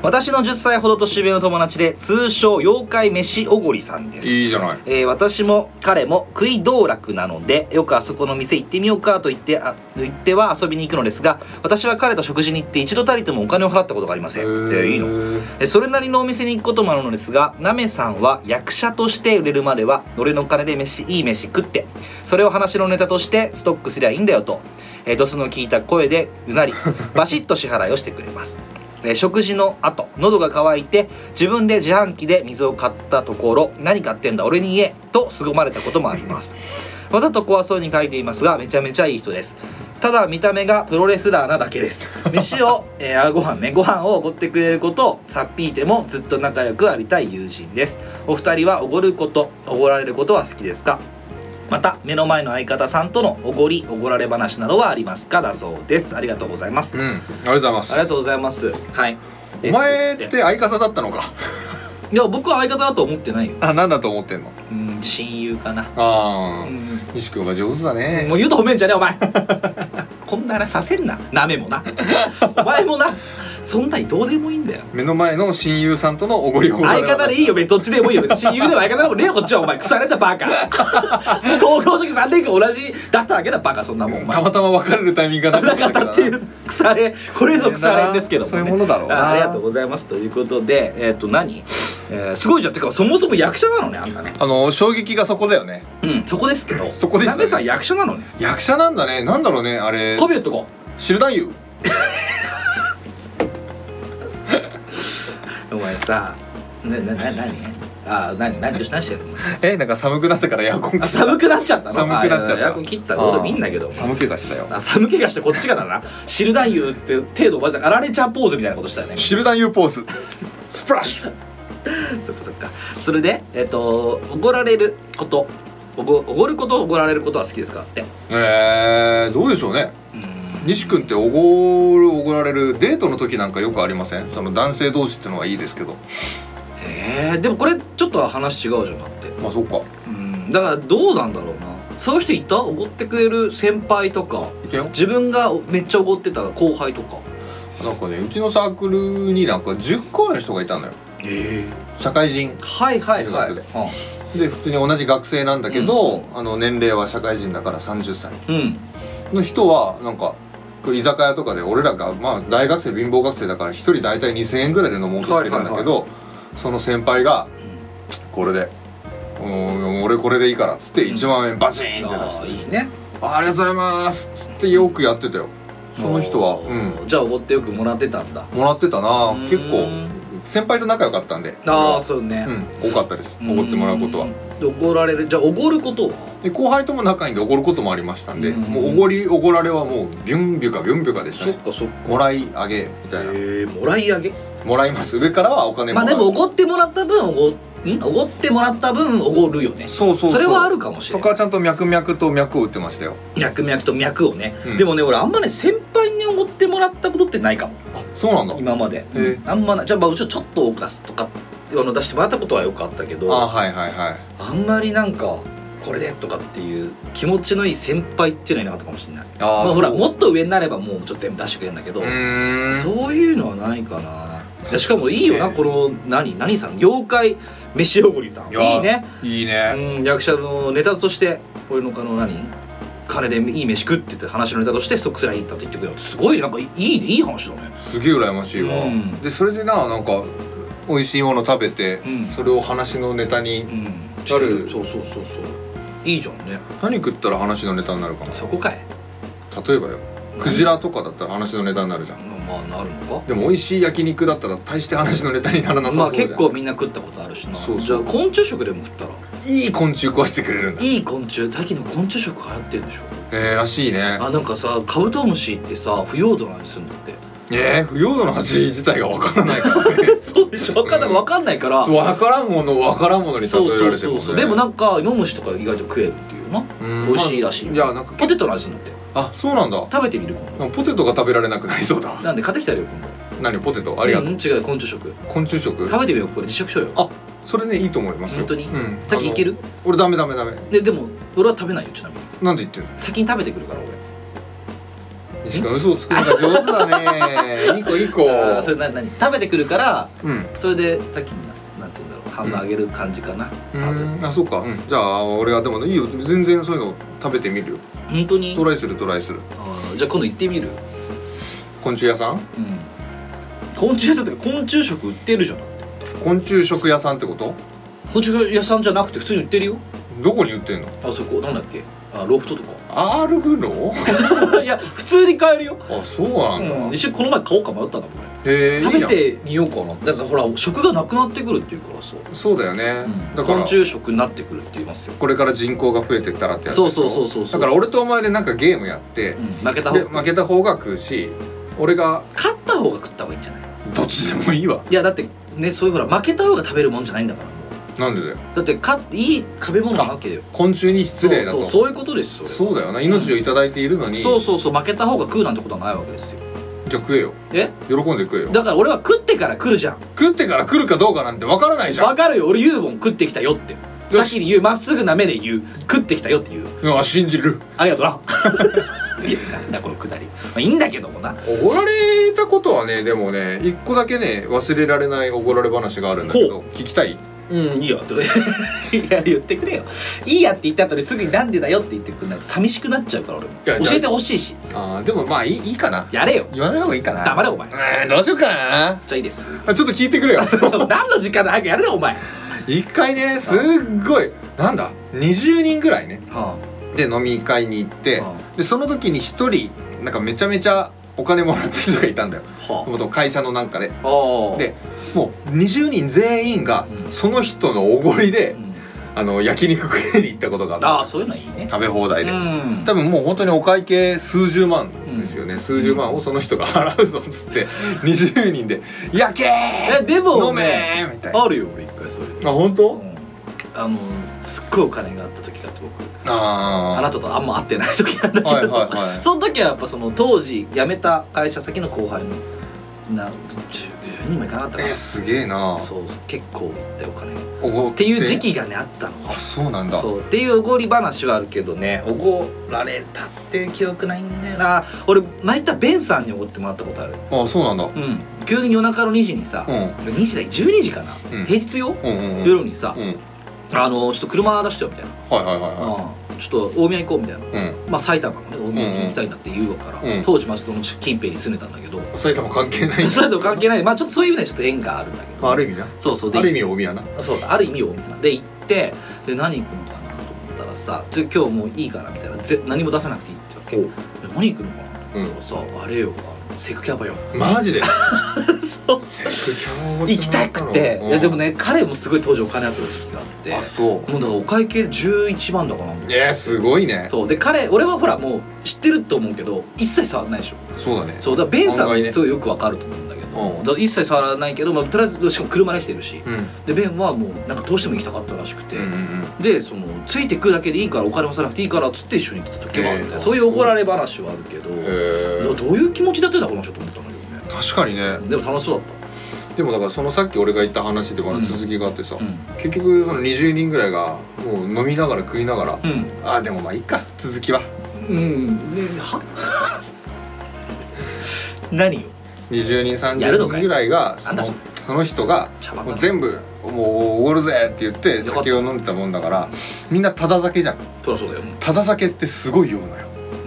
Speaker 1: 私の10歳ほど年上の友達で通称妖怪飯おごりさんです
Speaker 2: いいじゃない
Speaker 1: えー私も彼も食い道楽なのでよくあそこの店行ってみようかと言ってあ言っては遊びに行くのですが私は彼と食事に行って一度たりともお金を払ったことがありませんでいいの
Speaker 2: の
Speaker 1: えそれなりのお店に行くこともあるのですがなめさんは役者として売れるまでは俺の金で飯いい飯食ってそれを話のネタとしてストックすりゃいいんだよと、えドスの効いた声でうなりバシッと支払いをしてくれますえ食事の後喉が渇いて自分で自販機で水を買ったところ何買ってんだ俺に言えと凄まれたこともあります わざと怖そうに書いていますがめちゃめちゃいい人ですただ見た目がプロレスラーなだけです飯を、えーあご飯ねご飯をおごってくれることをさっぴいてもずっと仲良くありたい友人ですお二人はおごることおごられることは好きですかまた目の前の相方さんとのおごりおごられ話などはありますかだそうですありがとうございます
Speaker 2: うんありがとうございま
Speaker 1: ありが
Speaker 2: す
Speaker 1: とうございますはい
Speaker 2: お前って相方だったのか
Speaker 1: いや僕は相方だと思ってないよ
Speaker 2: あ何だと思ってんの
Speaker 1: うん親友かな
Speaker 2: あ
Speaker 1: う
Speaker 2: あ
Speaker 1: ん
Speaker 2: 西君は上手だね
Speaker 1: もう言うと褒めんじゃねえお前こんな話させんななめも なお前もなそんなにどうでもいいんだよ
Speaker 2: 目の前の親友さんとのおごりおごられ
Speaker 1: 相方でいいよ別にどっちでもいいよ別に親友でも相方でもねえよこっちはお前腐れた バカ高校の時3年間同じだっただけだバカそんなもんお前
Speaker 2: たまたま別れるタイミングが
Speaker 1: なかったっていう腐れこれぞ腐れですけども、ね、
Speaker 2: そういうものだろうな
Speaker 1: あありがとうございますということでえっ、と何、えーすごいじゃんてかそもそも役者なのねあんたね
Speaker 2: あの衝撃がそこだよね
Speaker 1: うんそこですけど
Speaker 2: そこですよね
Speaker 1: なべさん役者なのね
Speaker 2: 役者なんだねなんだろうねあれ
Speaker 1: コビ打っとこ
Speaker 2: 知る男
Speaker 1: う
Speaker 2: 優
Speaker 1: お前さななな何あ何何どうし何してる の
Speaker 2: えなんか寒くなったからエアコン
Speaker 1: あ寒くなっちゃったの
Speaker 2: 寒くなっちゃった
Speaker 1: あいやエアコン切ったらどうでもいいんだけ ど
Speaker 2: 寒気がしたよ
Speaker 1: あ寒気がしてこっちがだな汁男優って程度まであられちゃんポーズみたいなことしたよね
Speaker 2: 汁男優ポーズスプラッシュ
Speaker 1: そっかそっかそれでえっ、とおごられることおごおごることおごられることは好きですかって
Speaker 2: えー、どうでしょうね
Speaker 1: うん
Speaker 2: 西君っておごるおごられるデートの時なんかよくありませんその男性同士ってのはいいですけど
Speaker 1: えー、でもこれちょっと話違うじゃんだって
Speaker 2: まあそっか
Speaker 1: うんだからどうなんだろうなそういう人いたおごってくれる先輩とか
Speaker 2: いたよ
Speaker 1: 自分がめっちゃおごってた後輩とか
Speaker 2: なんかねうちのサークルになんか10個の人がいたのよ
Speaker 1: え
Speaker 2: 社会人
Speaker 1: はいはいはい、
Speaker 2: というで普通に同じ学生なんだけど、あの年齢は社会人だから30歳
Speaker 1: うん
Speaker 2: の人はなんかこう居酒屋とかで俺らがまあ大学生貧乏学生だから一人大体2,000円ぐらいで飲もうとしてたんだけど、その先輩が「これで、うん、俺これでいいから」っつって1万円バチーンって出し
Speaker 1: ああ
Speaker 2: て
Speaker 1: いいね
Speaker 2: 「あありがとうございます」っつってよくやってたよその人は、う
Speaker 1: じゃあおごってよくもらってたんだ
Speaker 2: ん、もらってたな結
Speaker 1: う
Speaker 2: 構
Speaker 1: ん
Speaker 2: 先輩と仲良かったんで
Speaker 1: ああそうね
Speaker 2: うん、多かったですおごってもらうことは
Speaker 1: でおごられるじゃあおごることは
Speaker 2: で後輩とも仲いいんでおごることもありましたんで
Speaker 1: うん
Speaker 2: もうおごりおごられはもうビュンビュカビュンビュカでした
Speaker 1: そっ
Speaker 2: ね
Speaker 1: かそっか
Speaker 2: もらい上げみたいな
Speaker 1: えもらい上げ
Speaker 2: もらいます上からはお金
Speaker 1: まあでもお
Speaker 2: っ
Speaker 1: ごってもらった分おごんおごってもらった分おごるよね
Speaker 2: そうそうう
Speaker 1: それはあるかもし
Speaker 2: そ
Speaker 1: れ
Speaker 2: こ
Speaker 1: ない
Speaker 2: はちゃんと脈々と脈を打ってましたよ
Speaker 1: 脈々と脈をね、
Speaker 2: うん
Speaker 1: でもね俺あんまね先輩におごってもらったことってないかも
Speaker 2: そうなんだ
Speaker 1: 今まで、
Speaker 2: へえ
Speaker 1: あんまなじゃあまあうちはちょっとおかすとかあの出してもらったことはよくあったけど
Speaker 2: あ
Speaker 1: あ
Speaker 2: はいはいはい
Speaker 1: んまりなんかこれでとかっていう気持ちのいい先輩っていうのはいなかったかもしれない
Speaker 2: あー
Speaker 1: まあ、ほら
Speaker 2: そう
Speaker 1: もっと上になればもうちょっと全部出してくれるんだけど、
Speaker 2: うーん
Speaker 1: そういうのはないかなでしかもいいよな、
Speaker 2: ね
Speaker 1: この何何さん妖怪飯おごりさんい
Speaker 2: いや
Speaker 1: いね、
Speaker 2: いいね
Speaker 1: うん、役者のネタとして俺のあの何金でいい飯食ってって話のネタとしてストックスライン行ったって言ってくれるのってすごいなんかいいいねいい話だね
Speaker 2: すげえ羨ましいわ
Speaker 1: うん
Speaker 2: でそれでななんか美味しいもの食べて
Speaker 1: うん
Speaker 2: それを話のネタに
Speaker 1: うん
Speaker 2: なる
Speaker 1: そうそうそうそういいじゃんね
Speaker 2: 何食ったら話のネタになるかな
Speaker 1: そこかい
Speaker 2: 例えばよクジラとかだったら話のネタになるじゃん
Speaker 1: まあなるのか
Speaker 2: でも美味しい焼肉だったら大して話のネタにならなさそうじゃん
Speaker 1: まあ結構みんな食ったことあるしな
Speaker 2: そうそう
Speaker 1: じゃあ昆虫食でも食ったら
Speaker 2: いい昆虫食わしてくれるんだ
Speaker 1: いい昆虫最近の昆虫食流行ってるんでしょ
Speaker 2: えー、らしいね
Speaker 1: あなんかさカブトムシってさ腐葉土の味するんだって
Speaker 2: えー、腐葉土の味自体がわからないからね
Speaker 1: そうでしょ分かんない分かんないから
Speaker 2: わからんものわからんものに例えられてもね
Speaker 1: でもなんか芋虫とか意外と食えるっていうな
Speaker 2: うん
Speaker 1: 美味しいらしい
Speaker 2: まあいやなんか
Speaker 1: ポテトの味するんだって
Speaker 2: あそうなんだ
Speaker 1: 食べてみる今度
Speaker 2: なんかポテトが食べられなくなりそうだ
Speaker 1: なんで買ってきたよ今度
Speaker 2: 何ポテトありがとう、
Speaker 1: ん違う昆虫食
Speaker 2: 昆虫食
Speaker 1: 食べてみようこれ実食しようよ
Speaker 2: あそれねいいと思いますよ
Speaker 1: 本当に
Speaker 2: うん、
Speaker 1: 先いけ
Speaker 2: あ
Speaker 1: る
Speaker 2: の俺ダメダメダメ
Speaker 1: ででも俺は食べないよちなみに
Speaker 2: なんで言ってんの
Speaker 1: 先に食べてくるから俺
Speaker 2: 西君嘘をつくのが上手 だねいい子いい子
Speaker 1: あーそれな何食べてくるから
Speaker 2: うん
Speaker 1: それで先にななんて言うんだろうハンバーグあげる感じかな、多分
Speaker 2: うんあそうか、うん、じゃあ俺はでもいいよ全然そういうの食べてみるよ
Speaker 1: 本当に
Speaker 2: トライするトライする
Speaker 1: あーじゃあ今度行ってみる
Speaker 2: 昆虫屋さん
Speaker 1: うん昆虫屋さんってか昆虫食売ってるじゃん
Speaker 2: 昆虫食屋さんってこと
Speaker 1: 昆虫屋さんじゃなくて普通に売ってるよ
Speaker 2: どこに売ってんの
Speaker 1: あそこなんだっけあロフトと
Speaker 2: R グロ
Speaker 1: か いや普通に買えるよ、
Speaker 2: あそうなんだ、
Speaker 1: うん、一緒にこの前買おうか迷ったんだもん俺
Speaker 2: へえ
Speaker 1: 食べ
Speaker 2: いい
Speaker 1: てみようかなだからほら食がなくなってくるっていうからさ、
Speaker 2: なそうだよね、だか
Speaker 1: 昆
Speaker 2: ら
Speaker 1: 虫食になってくるって言いますよ、
Speaker 2: これから人口が増えてったらってやつ
Speaker 1: そうそうそうそうそう
Speaker 2: だから俺とお前でなんかゲームやって
Speaker 1: う、ん、負けた方
Speaker 2: で
Speaker 1: が
Speaker 2: 負けた方が食うし俺が
Speaker 1: 勝った方が食った方がいいんじゃない
Speaker 2: どっちでもいいわ
Speaker 1: いやだってねそういうほら負けた方が食べるもんじゃないんだからも
Speaker 2: なんでだよ
Speaker 1: うだってかいい食べ物なわけよ
Speaker 2: 昆虫に失礼だ
Speaker 1: そう
Speaker 2: と
Speaker 1: そうそういうことですよそれ
Speaker 2: そうだよな命をいただいているのに、
Speaker 1: そうそうそう負けた方が食うなんてことはないわけですよ
Speaker 2: じゃあ食えよ
Speaker 1: え
Speaker 2: 喜んで食えよ
Speaker 1: だから俺は食ってから来るじゃん
Speaker 2: 食ってから来るかどうかなんてわからないじゃ
Speaker 1: わ
Speaker 2: ん
Speaker 1: かるよ俺言うもん食ってきたよって
Speaker 2: よし
Speaker 1: 先に言うまっすぐな目で言う食ってきたよって言う
Speaker 2: うわ信じる
Speaker 1: ありがとうな いやなんだこのくだり、まあ、いいんだけどもな
Speaker 2: おごられたことはねでもね一個だけね忘れられないおごられ話があるんだけど聞きたい
Speaker 1: うんいいよとか いや言ってくれよいいやって言った後にすぐになんでだよって言ってくんないと寂しくなっちゃうから俺も
Speaker 2: いや
Speaker 1: 教えてほしいし
Speaker 2: あーでもまあいいいいかな
Speaker 1: やれよ
Speaker 2: 言わない方がいいかな
Speaker 1: 黙れお前
Speaker 2: えーどうしようかな
Speaker 1: じゃあいいです
Speaker 2: あちょっと聞いてくれよ
Speaker 1: そう何の時間だ早くやれよお前、
Speaker 2: 一回ねすっごいなんだ20人ぐらいね
Speaker 1: は
Speaker 2: で飲み会に行って
Speaker 1: あ
Speaker 2: でその時に一人なんかめちゃめちゃお金もらった人がいたんだよ
Speaker 1: は
Speaker 2: そもそも会社のなんかで
Speaker 1: あああ
Speaker 2: でもう20人全員が
Speaker 1: うん
Speaker 2: その人のおごりで
Speaker 1: うん
Speaker 2: あの焼肉食いに行ったことがあ
Speaker 1: あ
Speaker 2: っ
Speaker 1: あそういうのいいね
Speaker 2: た食べ放題で、
Speaker 1: ん
Speaker 2: 多分もう本当にお会計数十万ですよね、数十万をその人が払うぞっつって20人で「焼け
Speaker 1: え
Speaker 2: ー
Speaker 1: でも
Speaker 2: 飲
Speaker 1: ね
Speaker 2: めー!」みたいな
Speaker 1: あるよ俺一回それ
Speaker 2: あ本当
Speaker 1: あのすっごいお金があった時があって僕
Speaker 2: あ
Speaker 1: あなたとあんま会ってない時なんだけ
Speaker 2: ー
Speaker 1: ど、
Speaker 2: はいはいはい
Speaker 1: その時はやっぱその当時辞めた会社先の後輩のな10人もいかなかったか
Speaker 2: え
Speaker 1: な
Speaker 2: ーすげえな
Speaker 1: そう結構いったよお金っ
Speaker 2: おごって
Speaker 1: いう時期がねあったの
Speaker 2: あそうなんだ
Speaker 1: そうっていうおごり話はあるけどねおごられたっていう記憶ないんだよな俺前行ったベンさんにおごってもらったことある
Speaker 2: あそうなんだ
Speaker 1: うん急に夜中の2時にさ、
Speaker 2: うん
Speaker 1: 2時だ12時かな、
Speaker 2: うん
Speaker 1: 平日よ、
Speaker 2: うんうんうん
Speaker 1: 夜にさ、
Speaker 2: うん
Speaker 1: あのちょっと車出してよみたいな、
Speaker 2: はいはいは
Speaker 1: うんちょっと大宮行こうみたいない
Speaker 2: はいうん
Speaker 1: まあ、埼玉のね大宮に行きたいんだって言うから、
Speaker 2: うん
Speaker 1: 当時まあその近辺に住んでたんだけど、
Speaker 2: 埼玉関係ない
Speaker 1: それと関係ないまあちょっとそういう意味ではちょっと縁があるんだけど、
Speaker 2: まあある意味な
Speaker 1: そうそうで
Speaker 2: ある意味大宮な
Speaker 1: そうだある意味大宮なんで行ってで何行くのかなと思ったらさ「ちょ今日もういいから」みたいなぜ何も出さなくていいってわけ
Speaker 2: お
Speaker 1: で何行くのかなと
Speaker 2: うん
Speaker 1: 思ったらさ、あれよあのセクキャバよ
Speaker 2: マジで
Speaker 1: そう
Speaker 2: セクキャン を
Speaker 1: 行きたくて、
Speaker 2: うん
Speaker 1: いやでもね彼もすごい当時お金あった時期があって
Speaker 2: あそう
Speaker 1: もうだからお会計11万だから
Speaker 2: えー、すごいね
Speaker 1: そうで彼俺はほらもう知ってると思うけど一切触んないでしょ
Speaker 2: そうだね
Speaker 1: そうだからベンさん
Speaker 2: 案外ね
Speaker 1: すごいよくわかると思うんだけど、
Speaker 2: うん
Speaker 1: だから一切触らないけど、まあ、とりあえずしかも車で来てるし
Speaker 2: うんうん
Speaker 1: でベンはもうなんかどうしても行きたかったらしくて、
Speaker 2: うんうん
Speaker 1: でそのついてくだけでいいからお金もさなくていいからっつって一緒に行った時もあるんだよ
Speaker 2: ええ
Speaker 1: そういう怒られ話はあるけど、
Speaker 2: へ
Speaker 1: だ
Speaker 2: ー
Speaker 1: からどういう気持ちだったんだこの人と思ったんだけどね
Speaker 2: 確かにね
Speaker 1: でも楽しそうだっ
Speaker 2: でもだからそのさっき俺が言った話でまだ続きがあってさ、
Speaker 1: たうん
Speaker 2: 結局その20人ぐらいがもう飲みながら食いながら
Speaker 1: うん
Speaker 2: あーでもまあいいか続きは
Speaker 1: うんでは 何よ
Speaker 2: 20人
Speaker 1: やる
Speaker 2: 30
Speaker 1: のか
Speaker 2: 人
Speaker 1: い
Speaker 2: ぐらいがそ
Speaker 1: なんだ
Speaker 2: の
Speaker 1: それ
Speaker 2: その人が
Speaker 1: 茶番か
Speaker 2: もう
Speaker 1: な
Speaker 2: 全部もうおごるぜって言って
Speaker 1: よかった
Speaker 2: 酒を飲んでたもんだからみんなただ酒じゃん
Speaker 1: そりゃそうだよ
Speaker 2: ただ酒ってすごい酔うのよ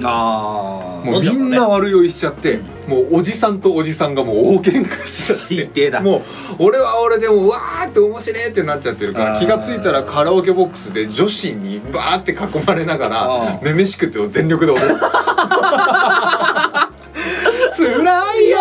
Speaker 1: ああ
Speaker 2: もうみんな悪酔いしちゃって、もうおじさんとおじさんがもう大喧嘩しちゃ
Speaker 1: 最
Speaker 2: っ
Speaker 1: 低
Speaker 2: て
Speaker 1: だ
Speaker 2: もう俺は俺でもうわーって面白いってなっちゃってるから
Speaker 1: あー
Speaker 2: 気が付いたらカラオケボックスで女子にバーって囲まれながら
Speaker 1: あー
Speaker 2: めめしくてを全力で踊る辛いよ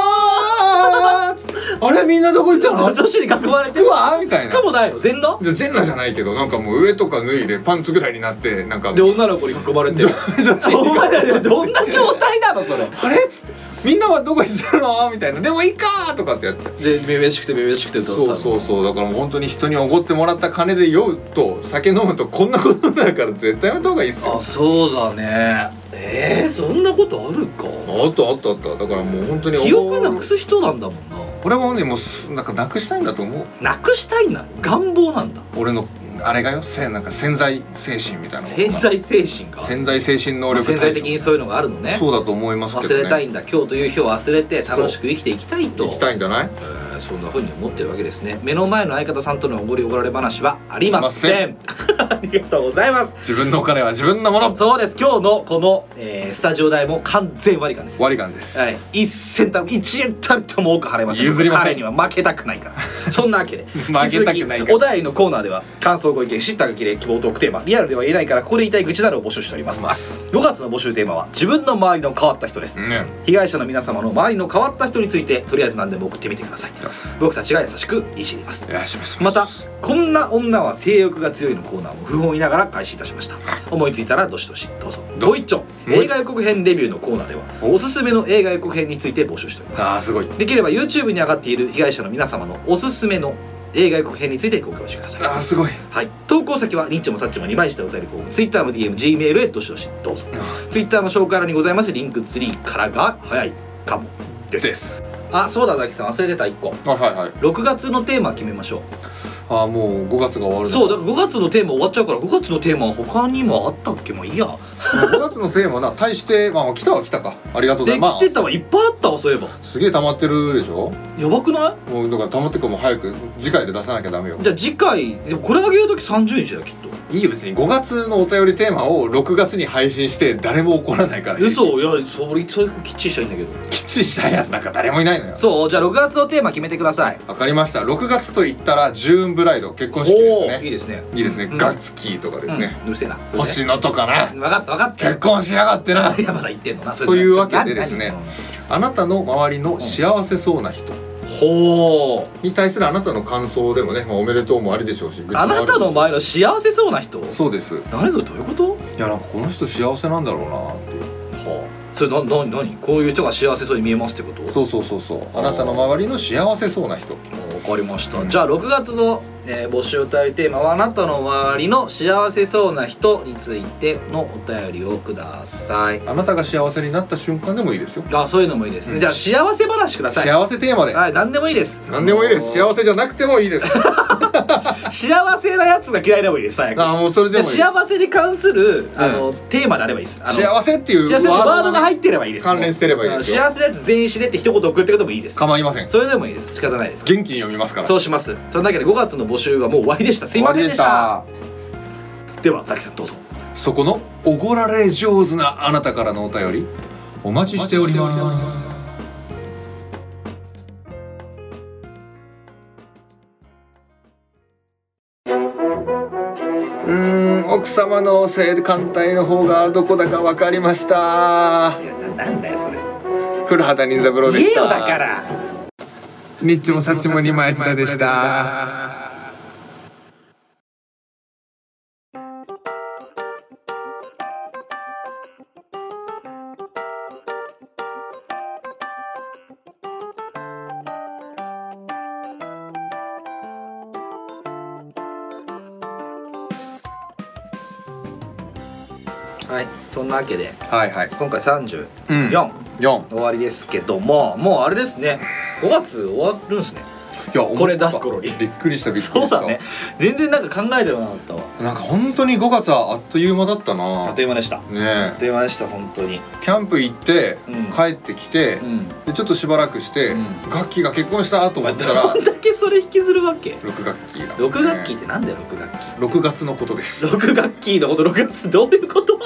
Speaker 2: ーっつってあれみんなどこ行ったの
Speaker 1: 女子に囲まれて
Speaker 2: 服はみたいな
Speaker 1: かもないよ全裸
Speaker 2: で全裸じゃないけどなんかもう上とか脱いでパンツぐらいになってなんか
Speaker 1: で女の子に囲まれて
Speaker 2: 女女子
Speaker 1: お前らどんな状態なのそれ
Speaker 2: あれっつってみんなはどこ行ってるのみたいなでもいいかーとかってやって
Speaker 1: でめめしくてめめしくてど
Speaker 2: そう
Speaker 1: う
Speaker 2: そうそうだからもう本当に人におごってもらった金で酔うと酒飲むとこんなことになるから絶対やめた方がいいっすよ
Speaker 1: あそうだねえー、そんなことあるか
Speaker 2: あったあったあっただからもう本当に
Speaker 1: 記憶なく
Speaker 2: す
Speaker 1: す人なんだもん
Speaker 2: 俺もねもうすなんかなくしたいんだと思う
Speaker 1: ななくしたいんだ願望なんだ
Speaker 2: 俺のあれがよせなんか潜在精神みたいなもの
Speaker 1: 潜
Speaker 2: が
Speaker 1: 在精神か
Speaker 2: 潜在精神能力
Speaker 1: 潜在的に
Speaker 2: そ
Speaker 1: そういうのがあるの
Speaker 2: う,、
Speaker 1: ね
Speaker 2: だと思いますけ
Speaker 1: 忘
Speaker 2: どね
Speaker 1: れたいんだ今日という日を忘れて楽しく生きていきたいと
Speaker 2: 行きたいんじゃない
Speaker 1: えーそんな風に思ってるわけですね目の前の相方さんとのおごりおごられ話はありません ありがとうございます
Speaker 2: 自分のお金は自分のもの
Speaker 1: そうです今日のこの、えースタジオ代も完全割り勘です
Speaker 2: 割り勘です、
Speaker 1: はい、一銭たり一円たりとも多く払いません
Speaker 2: 譲りません
Speaker 1: 彼には負けたくないから そんなわけで
Speaker 2: 負けたくない
Speaker 1: 引き続
Speaker 2: か
Speaker 1: き
Speaker 2: ら
Speaker 1: お題のコーナーでは感想ご意見知ったがきれ希望トークテーマリアルでは言えないからここで言いたい愚痴などを募集しております
Speaker 2: ます
Speaker 1: 5月の募集テーマは自分の周りの変わった人です、
Speaker 2: ね
Speaker 1: 被害者の皆様の周りの変わった人についてとりあえず何でも送ってみてください僕たちが優しくいじります
Speaker 2: いやします
Speaker 1: また「こんな女は性欲が強い」のコーナーも不本意ながら開始いたしました思いついたらどしどしどうぞ
Speaker 2: どうぞ
Speaker 1: ご一聴映画予告編レビューのコーナーでは
Speaker 2: お
Speaker 1: おすすめの映画予告編について募集しておりま
Speaker 2: あーすごい
Speaker 1: すできれば YouTube に上がっている被害者の皆様のおすすめの映画予告編についてご教示ください、
Speaker 2: あーすごい
Speaker 1: はい、投稿先はニッチもサッチも2倍したお便りフォーム Twitter の DMGmail へどしどしどうぞ
Speaker 2: あ
Speaker 1: Twitter の紹介欄にございますリンクツリーからが早いかもです
Speaker 2: です
Speaker 1: あそうだザキさん忘れてた1個
Speaker 2: あはいはい
Speaker 1: 6月のテーマ決めましょう
Speaker 2: あーもう5月が終わる
Speaker 1: そうだ
Speaker 2: だ
Speaker 1: から5月のテーマ終わっちゃうから5月のテーマは他にもあったっけもういいや
Speaker 2: 5月のテーマな大してまあ来たは来たかありがとうござ
Speaker 1: で
Speaker 2: いま
Speaker 1: 来
Speaker 2: す
Speaker 1: てたわいっぱいあったわそういえば
Speaker 2: すげえ溜まってるでしょ
Speaker 1: やばくな
Speaker 2: もうだから溜まってくからもう早く次回で出さなきゃダメよ
Speaker 1: いじゃあ次回でもこれあげる時30日だよきっと
Speaker 2: いいよ別に5月のお便りテーマを6月に配信して誰も怒らないから
Speaker 1: 嘘いやそれそういうきっちりしたいんだけど
Speaker 2: きっちりしたいやつなんか誰もいないのよ
Speaker 1: そうじゃあ6月のテーマ決めてください
Speaker 2: わかりました6月と言ったらジューンブライド結婚式です
Speaker 1: おおいい
Speaker 2: ね
Speaker 1: ですね
Speaker 2: いいですね、
Speaker 1: うん
Speaker 2: ガッツキーとかですね、
Speaker 1: うんうるせえなそれね
Speaker 2: 星野とかな
Speaker 1: 分かった分かった
Speaker 2: 結婚しやがってな
Speaker 1: やばら言ってんのなそれ
Speaker 2: というわけでですね
Speaker 1: 何何
Speaker 2: あなたの周りの幸せそうな人
Speaker 1: ほう
Speaker 2: に対するあなたの感想でもね、まあ、おめでとうもありでしょうし愚痴も
Speaker 1: あ
Speaker 2: りでし
Speaker 1: な
Speaker 2: ょうした
Speaker 1: の前の幸せそうな人
Speaker 2: そうですい
Speaker 1: 何それどういうこと
Speaker 2: やなんかこの人幸せなんだろうなっていう
Speaker 1: はあそれなな何こういう人が幸せそうに見えますってこと
Speaker 2: そうそうそうそうあなたの周りの幸せそうな人
Speaker 1: わかりました、
Speaker 2: うん
Speaker 1: じゃあ6月の、えー募集を歌うテーマは「あなたの周りの幸せそうな人」についてのお便りをください
Speaker 2: あなたが幸せになった瞬間でもいいですよ
Speaker 1: あそういうのもいいですね、
Speaker 2: うん
Speaker 1: じゃあ幸せ話ください
Speaker 2: 幸せテーマで
Speaker 1: はい何でもいいです
Speaker 2: 何でもいいです幸せじゃなくてもいいです
Speaker 1: 幸せなやつが嫌いでもいいです最悪
Speaker 2: あもうそれでもいいです
Speaker 1: 幸せに関するあの、テーマであればいいですあの
Speaker 2: 幸せっていう
Speaker 1: 幸せのワードが入
Speaker 2: っ
Speaker 1: ってればいいです
Speaker 2: 関連してればいい
Speaker 1: あの
Speaker 2: ですよ
Speaker 1: 幸せなやつ全員死ねって一言送ってくれてもいいです
Speaker 2: 構いません
Speaker 1: それでもいいです仕方ないです
Speaker 2: 元気に読みますから
Speaker 1: そうしますそのだけで5月の募集はもう終わりでしたすいませんでしたではザキさんどうぞ
Speaker 2: そこのおごられ上手なあなたからのお便りお待ちしておりますうーん奥様の性感帯の方がどこだかわかりまし
Speaker 1: い
Speaker 2: た
Speaker 1: やななんだよそれ
Speaker 2: 古畑任三郎で
Speaker 1: 言え
Speaker 2: した
Speaker 1: よだから
Speaker 2: ニッチもサッチも二枚舌でした
Speaker 1: はいそんなわけで
Speaker 2: はいはい
Speaker 1: 今回34、
Speaker 2: うん四
Speaker 1: 終わりですけどももうあれですね5月終わるんですね
Speaker 2: いや思った
Speaker 1: これ出す頃に
Speaker 2: びっくりしたびっくりした
Speaker 1: そうだね全然なんか考えてもなかったわ
Speaker 2: なんか本当に5月はあっという間だったな
Speaker 1: あっという間でしたあ
Speaker 2: ね
Speaker 1: っ
Speaker 2: え
Speaker 1: という間でした本当に
Speaker 2: キャンプ行って
Speaker 1: うん
Speaker 2: 帰ってきて、
Speaker 1: うん
Speaker 2: でちょっとしばらくして、
Speaker 1: うん
Speaker 2: 楽器が結婚したと思ったら
Speaker 1: どんだけそれ引きずるわけ
Speaker 2: 6学期だ、
Speaker 1: 6学期ってなんだよ6学期
Speaker 2: 6月のことです
Speaker 1: 6学期のこと6月どういうこと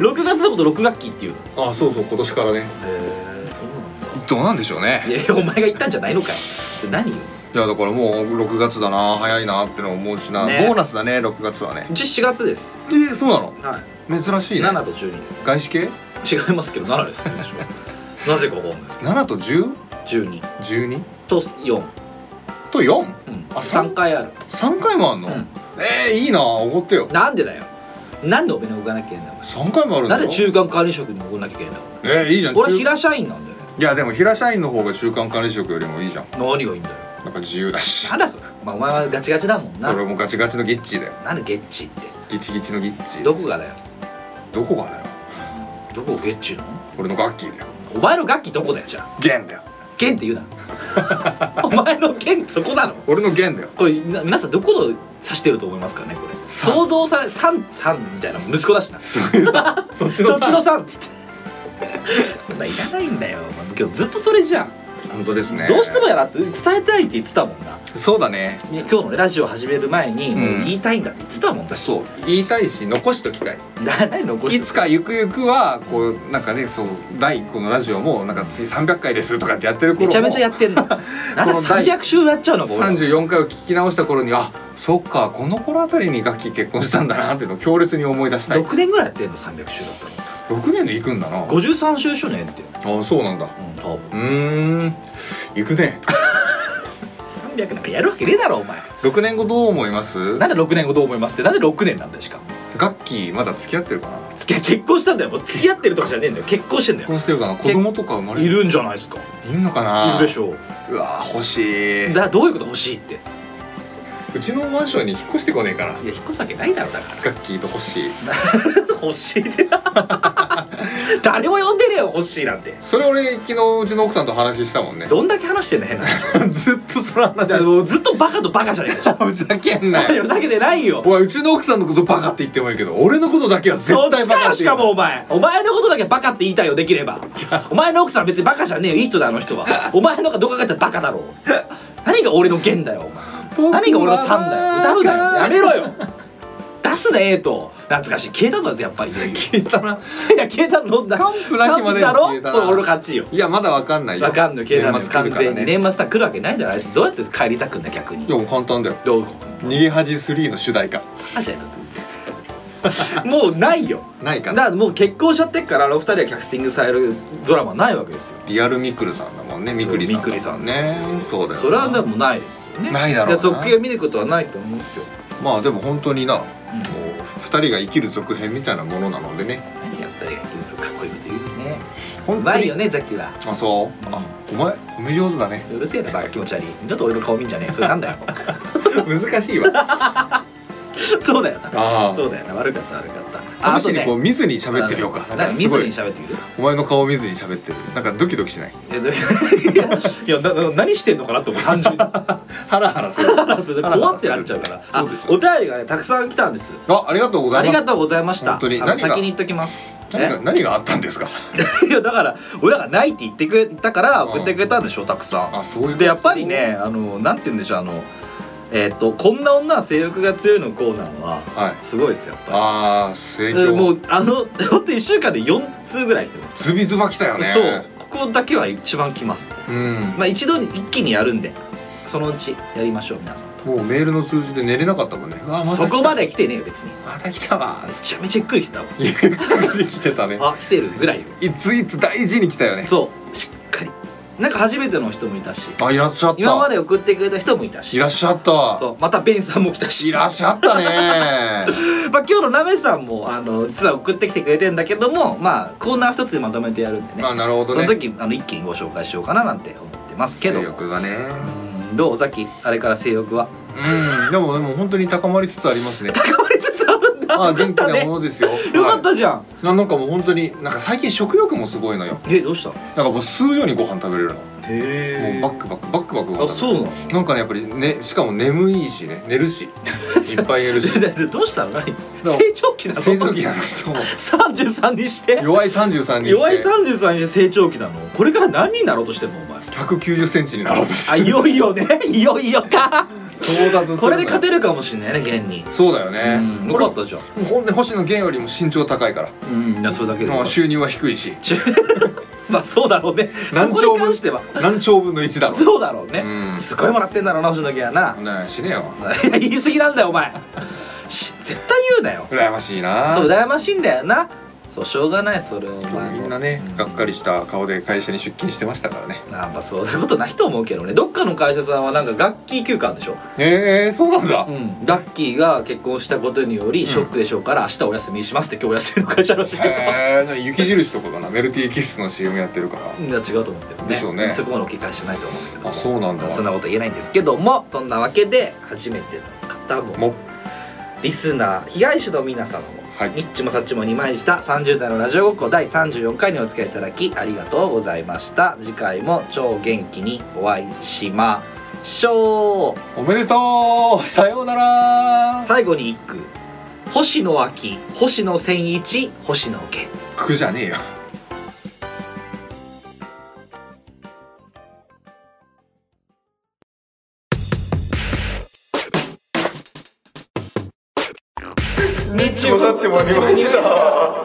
Speaker 1: 6月のこと6学期っていうのへ
Speaker 2: あそうそう今年からね
Speaker 1: えそうなんだ
Speaker 2: どうなんでしょうね
Speaker 1: いやいやお前が言ったんじゃないのかよそれ何よ
Speaker 2: いやだからもう6月だな早いなっての思うしな、
Speaker 1: ね
Speaker 2: ボーナスだね6月はね
Speaker 1: うち4月です
Speaker 2: えーそう
Speaker 1: はい
Speaker 2: なの珍しいね
Speaker 1: 7と12ですね
Speaker 2: 外資系
Speaker 1: 違いますけど7ですねむし ろなぜかわかんないですけ
Speaker 2: 7と
Speaker 1: ど12
Speaker 2: 1012
Speaker 1: と4、
Speaker 2: と4
Speaker 1: うん、
Speaker 2: あ
Speaker 1: 3回ある、
Speaker 2: 3回もあんの、
Speaker 1: うん
Speaker 2: えー、いいなおごってよ
Speaker 1: なんでだよなんでお金を置かなきゃいけないんだよ
Speaker 2: 3回もある
Speaker 1: お前
Speaker 2: ん
Speaker 1: なん
Speaker 2: だよ
Speaker 1: で中間管理職に置かなきゃいけないんだよ
Speaker 2: えー、いいじゃん
Speaker 1: 俺
Speaker 2: 中
Speaker 1: 平社員なんだよね
Speaker 2: いやでも平社員の方が中間管理職よりもいいじゃん
Speaker 1: 何がいいんだよ
Speaker 2: なんか自由だし
Speaker 1: なんだそれ、まあ、お前はガチガチだもんな
Speaker 2: それもガチガチのギッチーだよ
Speaker 1: なんでゲッチって
Speaker 2: ギチギチのギッチー
Speaker 1: どこがだよ
Speaker 2: どこがだよ
Speaker 1: どこをゲッチなの
Speaker 2: 俺のガッキーだよ
Speaker 1: お前の楽器どこだよじゃあ
Speaker 2: 弦だよ
Speaker 1: 弦って言う なお前の弦そこなの
Speaker 2: 俺の弦だよ
Speaker 1: これな皆さんどこを指してると思いますかねこれ
Speaker 2: 三
Speaker 1: 想像され三三みたいな息子だしなそっ
Speaker 2: そういうさ そっち
Speaker 1: ち
Speaker 2: のさ
Speaker 1: の三っつって そんなんいらないんだよお前今日ずっとそれじゃん、
Speaker 2: 本当ですね
Speaker 1: どうしてもやなって伝えたいって言ってたもんな
Speaker 2: そうだね
Speaker 1: いや今日のねラジオ始める前に、
Speaker 2: うん
Speaker 1: もう言いたいんだって言ってたもんだ
Speaker 2: そう言いたいし残しときたい
Speaker 1: な何残して
Speaker 2: いつかゆくゆくはこうなんかねそう第1個のラジオもなんか次300回ですとかってやってる頃
Speaker 1: め
Speaker 2: も
Speaker 1: ちゃめちゃやってん のなんで
Speaker 2: この第
Speaker 1: 300週やっちゃうのか俺
Speaker 2: 34回を聞き直した頃にあそっかこの頃あたりにガッキー結婚したんだなっていうのを強烈に思い出したい
Speaker 1: 6年ぐらいやってんの300週だったの
Speaker 2: 6年で行くんだな
Speaker 1: 53週しよねって、
Speaker 2: あそうなんだ
Speaker 1: うん、多分
Speaker 2: うーん行くね
Speaker 1: 300なんかやるわけねえだろお前
Speaker 2: 6年後どう思います
Speaker 1: なんで6年後どう思いますってなんで6年なんだよしかも
Speaker 2: ガッキーまだ付き合ってるかな
Speaker 1: 付き合結婚したんだよもう付き合ってるとかじゃねえんだよ結婚してんだ
Speaker 2: 結
Speaker 1: よ
Speaker 2: 婚してるかな子供とか生まれ
Speaker 1: いるんじゃないですか
Speaker 2: いんのかない
Speaker 1: いるでしょ
Speaker 2: うわー欲し
Speaker 1: う
Speaker 2: い
Speaker 1: だからどういうこと欲しいっていう
Speaker 2: ちのマンションに引っ越してこねえかな
Speaker 1: や引っ越すわけないだろだか
Speaker 2: ガッキーと欲しい
Speaker 1: ら欲しいって 誰も呼んでねえよ欲しいなんて
Speaker 2: それ俺昨日うちの奥さんと話したもんね
Speaker 1: どんだけ話してんの変な
Speaker 2: ずっとその
Speaker 1: じゃあ
Speaker 2: 話
Speaker 1: も うずっとバカとバカじゃねえかじゃ
Speaker 2: ふざけんな
Speaker 1: あい
Speaker 2: よ
Speaker 1: やふざけてないよ
Speaker 2: お前うちの奥さんのことバカって言ってもいいけど俺のことだけは絶
Speaker 1: そっ
Speaker 2: 対
Speaker 1: ち
Speaker 2: バ
Speaker 1: か
Speaker 2: カ
Speaker 1: よ
Speaker 2: って
Speaker 1: し
Speaker 2: 言
Speaker 1: か
Speaker 2: う
Speaker 1: もお前お前のことだけはバカって言いたいよできれ ばお前の奥さん別にバカじゃねえよいい人だあの人はお前のがどう考えたらバカだろ何が俺の弦だよお前
Speaker 2: 僕は
Speaker 1: 何が俺の3だよ歌うだよやめろよ出すねえと懐かしい消えたぞやっぱり消えたないや消えたのだ
Speaker 2: 完膚なきまで
Speaker 1: だろ
Speaker 2: 消
Speaker 1: こ
Speaker 2: え
Speaker 1: れ
Speaker 2: たな
Speaker 1: 俺の勝ちよ
Speaker 2: いやまだわかんないよ
Speaker 1: わかんの消えたの
Speaker 2: 年末来
Speaker 1: 完
Speaker 2: るから
Speaker 1: 全
Speaker 2: ね
Speaker 1: に年末さん来るわけないだろあいつどうやって帰りたくんだ逆に
Speaker 2: いやもう簡単だよ
Speaker 1: どう
Speaker 2: 逃げ恥3の主題歌
Speaker 1: あじゃあ もうないよ
Speaker 2: ないか
Speaker 1: だ
Speaker 2: な
Speaker 1: からもう結婚しちゃってっからあの二人がキャスティングされるドラマはないわけですよ
Speaker 2: リアルミクルさんだもんねミクリさんだも
Speaker 1: ミクリさんです
Speaker 2: ねそうだよな
Speaker 1: それはでもないですよね
Speaker 2: ないだろう
Speaker 1: で
Speaker 2: な
Speaker 1: 続編見ることはないと思うんですよ、
Speaker 2: まあでも本当になも
Speaker 1: うん
Speaker 2: う二人が生きる続編みたいなものなのでね
Speaker 1: 何やったら野球かっこいいこと言うねう
Speaker 2: 本当
Speaker 1: まい
Speaker 2: に
Speaker 1: よねザキは
Speaker 2: あそうあお前褒め上手だ ね
Speaker 1: うるせえなバカ気持ち悪い二度と俺の顔見んじゃねえそれなん だよ
Speaker 2: 難 しいわ
Speaker 1: そうだよな
Speaker 2: あ
Speaker 1: そうだよな悪かった悪かった
Speaker 2: あ試しにこう
Speaker 1: う
Speaker 2: 見ずに喋ってみようかなんか
Speaker 1: 見
Speaker 2: すご
Speaker 1: ずに
Speaker 2: い
Speaker 1: 喋ってみる
Speaker 2: お前の顔見ずに喋ってるなんかドキドキしない
Speaker 1: えどういういやいやなな何してんのかなと思う単純 に
Speaker 2: ハラハラする
Speaker 1: 怖ってなっちゃうからあ
Speaker 2: そうですよ
Speaker 1: お便りがねたくさん来たんです
Speaker 2: あありがとうござ
Speaker 1: あ
Speaker 2: い
Speaker 1: り
Speaker 2: ます
Speaker 1: がとうございました
Speaker 2: 本当に
Speaker 1: あの
Speaker 2: 何が
Speaker 1: 先に言っときます
Speaker 2: 何が何があったんですか
Speaker 1: いやだから俺らがないって言ってくれたから
Speaker 2: うん
Speaker 1: 送ってくれたんでしょたくさん
Speaker 2: あそういうこと
Speaker 1: でやっぱりねあのなんて言うんでしょうあのえーっ、と「こんな女は性欲が強い」のコーナーは
Speaker 2: はい
Speaker 1: すごいですよやっぱ
Speaker 2: ああ成
Speaker 1: り
Speaker 2: 長
Speaker 1: でもうあの 本当一1週間で4通ぐらい来てます
Speaker 2: ズビズバ来たよね
Speaker 1: そうここだけは一番来ます
Speaker 2: うん
Speaker 1: まあ一度に一気にやるんでそのうちやりましょう皆さんと
Speaker 2: もうメールの数字で寝れなかったもんねうわまた来
Speaker 1: そ
Speaker 2: た
Speaker 1: こまで来てねえよ別に
Speaker 2: また来たわ
Speaker 1: めちゃめちゃゆっくり来たわ
Speaker 2: ゆっくり来てたね
Speaker 1: あ来てるぐらいよ
Speaker 2: いついつ大事に来たよね
Speaker 1: そうしっかりなんか初めての人もいたし
Speaker 2: あいらっしゃった
Speaker 1: 今まで送ってくれた人もいたし
Speaker 2: いらっしゃった
Speaker 1: そうまたベンさんも来たし
Speaker 2: いらっしゃった ね
Speaker 1: まあ、今日のなべさんもあの実は送ってきてくれてんだけどもまあコーナー一つでまとめてやるんでね
Speaker 2: あなるほ
Speaker 1: そ
Speaker 2: ど
Speaker 1: の
Speaker 2: ね
Speaker 1: 時あの一気にご紹介しようかななんて思ってますけど
Speaker 2: 性欲がね
Speaker 1: うんどうさっきあれから性欲は
Speaker 2: うんでもでも本当に高まりつつありますね
Speaker 1: 変わりつつあるんだ
Speaker 2: あ
Speaker 1: よかっ
Speaker 2: 元気
Speaker 1: た
Speaker 2: な
Speaker 1: ね
Speaker 2: ものですよ
Speaker 1: よかったじゃん、
Speaker 2: はいななんかもう本当になんか最近食欲もすごいのよ
Speaker 1: えどうした
Speaker 2: なんかもう吸うようにご飯食べれるのも
Speaker 1: へ
Speaker 2: うバックバックバックバックご
Speaker 1: あ
Speaker 2: 飯食べ
Speaker 1: そう
Speaker 2: れる
Speaker 1: なの
Speaker 2: なんかねやっぱりねしかも眠いしね寝 るしいっぱい寝るし
Speaker 1: でで どうしたの何
Speaker 2: も
Speaker 1: 成長期なの
Speaker 2: 成長期なんだと思う
Speaker 1: 33にして
Speaker 2: 弱い33にして
Speaker 1: 弱い33にして成長期なのこれから何になろうとしてんのお前
Speaker 2: 190センチになろうとして
Speaker 1: あいよいよね いよいよか
Speaker 2: 到達する
Speaker 1: これで勝て
Speaker 2: る
Speaker 1: るかもしれないね現に、
Speaker 2: そうだよ
Speaker 1: うん
Speaker 2: ね
Speaker 1: よ
Speaker 2: こ
Speaker 1: か
Speaker 2: れ
Speaker 1: ったじゃん
Speaker 2: ほんで星野源よりも身長高いから
Speaker 1: うんいやそれだけで
Speaker 2: まあ収入は低いし
Speaker 1: まあそうだろうねそ
Speaker 2: 何
Speaker 1: こに
Speaker 2: 兆分
Speaker 1: 関しては
Speaker 2: 何兆分の1だろ
Speaker 1: そうだろうね、
Speaker 2: うん
Speaker 1: すごいもらってんだろうな星野源は
Speaker 2: そんなのしねえよ
Speaker 1: ないや言い過ぎなんだよお前し絶対言うなよ
Speaker 2: 羨ましいな
Speaker 1: そう羨ましいんだよなそうしょうがないそれお前の
Speaker 2: みんなね
Speaker 1: うん
Speaker 2: がっかりした顔で会社に出勤してましたからね
Speaker 1: あまあそういうことないと思うけどねどっかの会社さんはなんか楽器休暇でしょ、
Speaker 2: えー、そうなんだ
Speaker 1: うん、ラッキーが結婚したことによりショックでしょうから、明日お休みしますって今日お休みの会社らしいけど、
Speaker 2: へえー、雪印とかかなメルティーキッスの CM やってるから
Speaker 1: いや違うと思うけどね
Speaker 2: でしょうね
Speaker 1: そこまで大きい会社ないと思うけど
Speaker 2: あそうなんだ
Speaker 1: そんなこと言えないんですけどもそんなわけで初めての方も
Speaker 2: も
Speaker 1: リスナー被害者の皆様も
Speaker 2: はい
Speaker 1: ニッチもサッチも二枚舌30代のラジオごっこ第34回にお付き合いいただきありがとうございました次回も超元気にお会いしましょう
Speaker 2: おめでとうさようなら
Speaker 1: 最後に一句星野明星野千一星野源
Speaker 2: 苦じゃねえよ
Speaker 3: ニッチもサッチもありました。